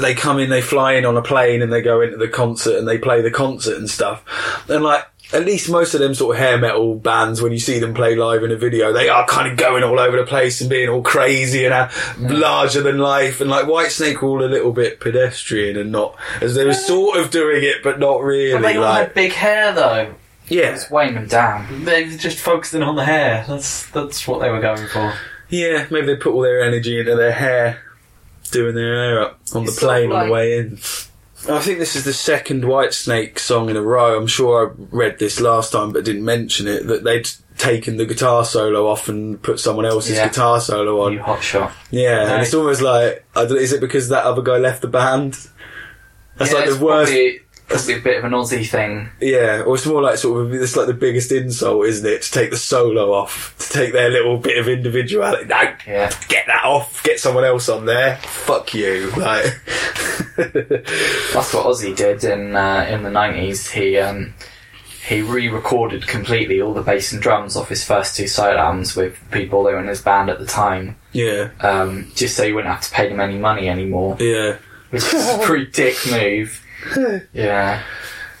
they come in, they fly in on a plane, and they go into the concert and they play the concert and stuff. And, like, at least most of them sort of hair metal bands, when you see them play live in a video, they are kind of going all over the place and being all crazy and uh, Mm. larger than life. And, like, Whitesnake were all a little bit pedestrian and not, as they were sort of doing it, but not But they really. all had Like, big hair though. yeah. It's weighing them down. They were just focusing on the hair. That's that's what they were going for. Yeah, maybe they put all their energy into their hair, doing their hair up on It's the plane sort of on like- the way in. I think this is the second White Snake song in a row. I'm sure I read this last time, but didn't mention it. That they'd taken the guitar solo off and put someone else's Yeah. guitar solo on. You hot shot. Yeah, and it's almost like, I don't- is it because that other guy left the band? That's Yeah, like it's the worst. Probably, probably a bit of an Aussie thing. Yeah, or it's more like sort of it's like the biggest insult, isn't it? To take the solo off, to take their little bit of individuality. No, Yeah. get that off. Get someone else on there. Fuck you. Like, That's what Ozzy did in uh, in the 90s. He um, he re-recorded completely all the bass and drums off his first two solo albums with people that were in his band at the time, yeah, um, just so you wouldn't have to pay them any money anymore. yeah, Which is a pretty dick move. Yeah.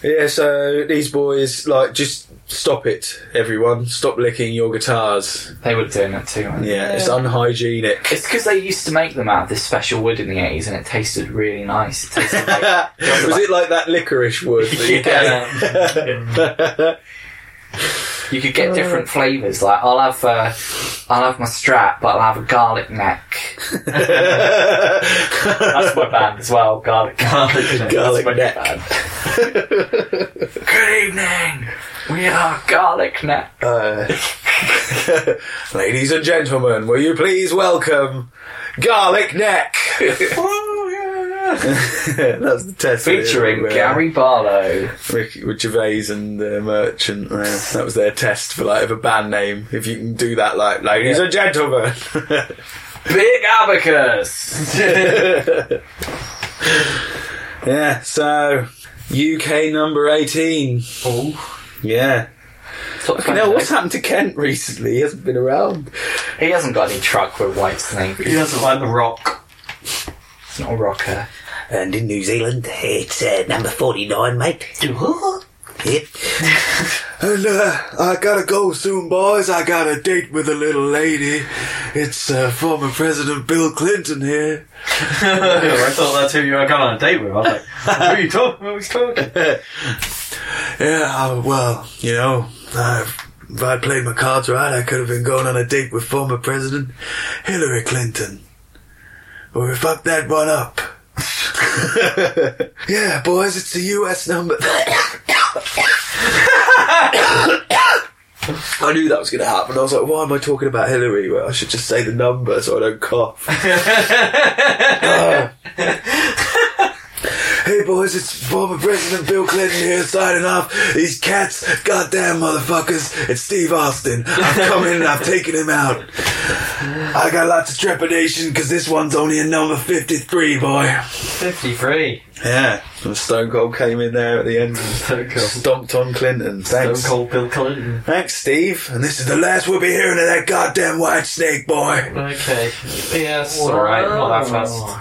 yeah. So these boys, like, just stop it, everyone. Stop licking your guitars. They were doing it too. weren't they? Yeah, it's unhygienic. It's because they used to make them out of this special wood in the 80s and it tasted really nice. It tasted like. Was it like that licorice wood? That you get? You could get different flavours. Like I'll have, uh, I'll have my strap, but I'll have a garlic neck. That's my band as well. Garlic, garlic, neck. That's Garlic my new neck. band. Good evening. We are garlic neck. Uh, ladies and gentlemen, will you please welcome Garlic Neck? That's the test. Featuring Where Gary Barlow. Ricky with Gervais and the Merchant. uh, that was their test for like of a band name. If you can do that, like ladies and gentlemen. Big abacus. yeah. So UK number eighteen. oh. Yeah. Top You 20, know what's though. happened to Kent recently? He hasn't been around. He hasn't got any truck with White Snake. He doesn't like the rock. He's not a rocker. And in New Zealand, it's uh, number 49, mate. It And, uh, I gotta go soon, boys. I got a date with a little lady. It's uh, former President Bill Clinton here. I thought that's who you were going on a date with. I was like, who are you talking? Who was talking? Yeah, I, well, you know, I, if I played my cards right, I could have been going on a date with former President Hillary Clinton. Or we fucked that one up. yeah, boys, it's the US number. I knew that was going to happen. I was like, why am I talking about Hillary? Well, I should just say the number so I don't cough. Hey boys, it's former President Bill Clinton here signing off. These cats, goddamn motherfuckers, it's Steve Austin. I've come in and I've taken him out. I got lots of trepidation because this one's only a number 53, boy. 53. Yeah, Stone Cold came in there at the end and Stone Cold. stomped on Clinton. Stone Thanks. Cold Bill Clinton. Thanks, Steve. And this is the last we'll be hearing of that goddamn white snake, boy. Okay. Yeah, it's alright. Not that fast.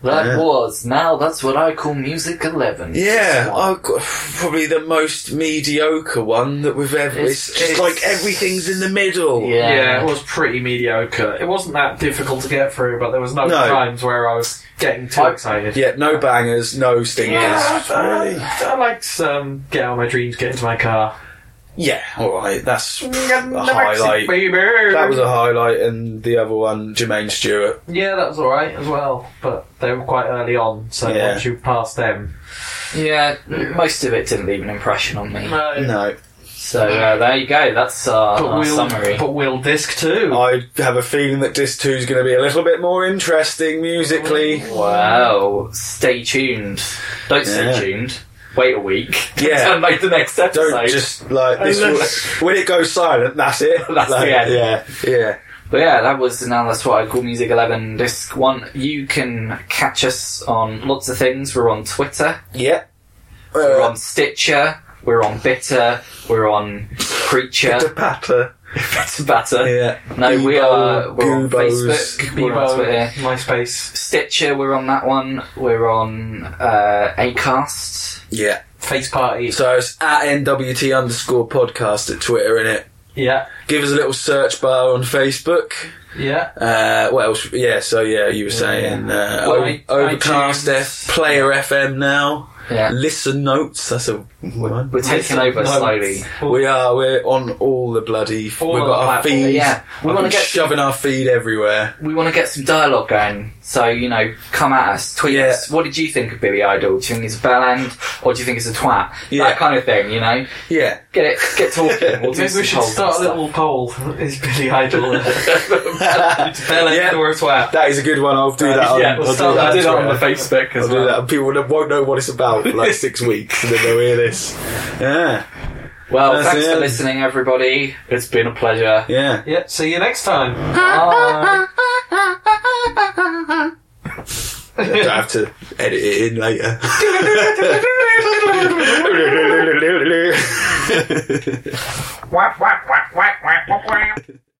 That Yeah. was. Now that's what I call Music 11. Yeah, I've got- probably the most mediocre one that we've ever. It's- It's, just it's- like everything's in the middle. Yeah. Yeah, it was pretty mediocre. It wasn't that difficult to get through, but there was no, No. times where I was getting too I- excited. Yeah, no bangers, no stingers. Yeah, really. I, I liked um, Get Out of My Dreams, Get Into My Car. Yeah, alright, that's a Mexican highlight. Baby. That was a highlight, and the other one, Jermaine Stewart. Yeah, that was alright as well, but they were quite early on, so Yeah. once you pass them. Yeah, most of it didn't leave an impression on me. No. So uh, there you go. That's our, But our we'll, Uh, summary. but we'll disc too. I have a feeling that Disc 2 is going to be a little bit more interesting musically. Wow. Stay tuned. Don't Yeah. stay tuned. Wait a week. Yeah. and make the next episode. Don't just, like, this Unless- will, when it goes silent, that's it. That's Like, the end. Yeah, yeah. But yeah, that was now that's what I call Music Eleven Disc One. You can catch us on lots of things. We're on Twitter. Yeah. We're Uh, on Stitcher. We're on Bitter. We're on the Creature. patter. Bitter Batter. Yeah. No, we are. Bebo, We're on Goobos. Facebook. We're on Bebo, Twitter. MySpace, Stitcher, we're on that one. We're on uh, Acast. Yeah. Face Party. So it's at NWT underscore podcast at Twitter, innit? Yeah, Give us a little search bar on Facebook. yeah. Uh, what else? Yeah, so yeah, you were saying uh, Well, O- I- Overcast, iTunes. F, Player FM now. Yeah, Listen notes. That's a one. we're taking over No, slowly. We are. We're on all the bloody. All we've of got the our platforms, feed. yeah. We I've wanna been get- shoving our feed everywhere. We want to get some dialogue going, so you know, come at us, tweet Yeah. us. What did you think of Billy Idol? Do you think he's a bellend, or do you think he's a twat? Yeah. That kind of thing, you know. Yeah. Get it, get talking. We'll do Maybe some we should polls start a and stuff. little poll. Is Billy Idol a bellend Yeah. or a twat? That is a good one. I'll do that. on, yeah, we'll I'll start- I'll do do that that on on Twitter. the Facebook I'll as do well. that. People won't know what it's about for like six weeks, and then they'll hear this. Yeah. Well, That's thanks it. for listening, everybody. It's been a pleasure. Yeah. Yeah, see you next time. Bye. I have to edit it in later. Whack, whack, whack, whack, whack.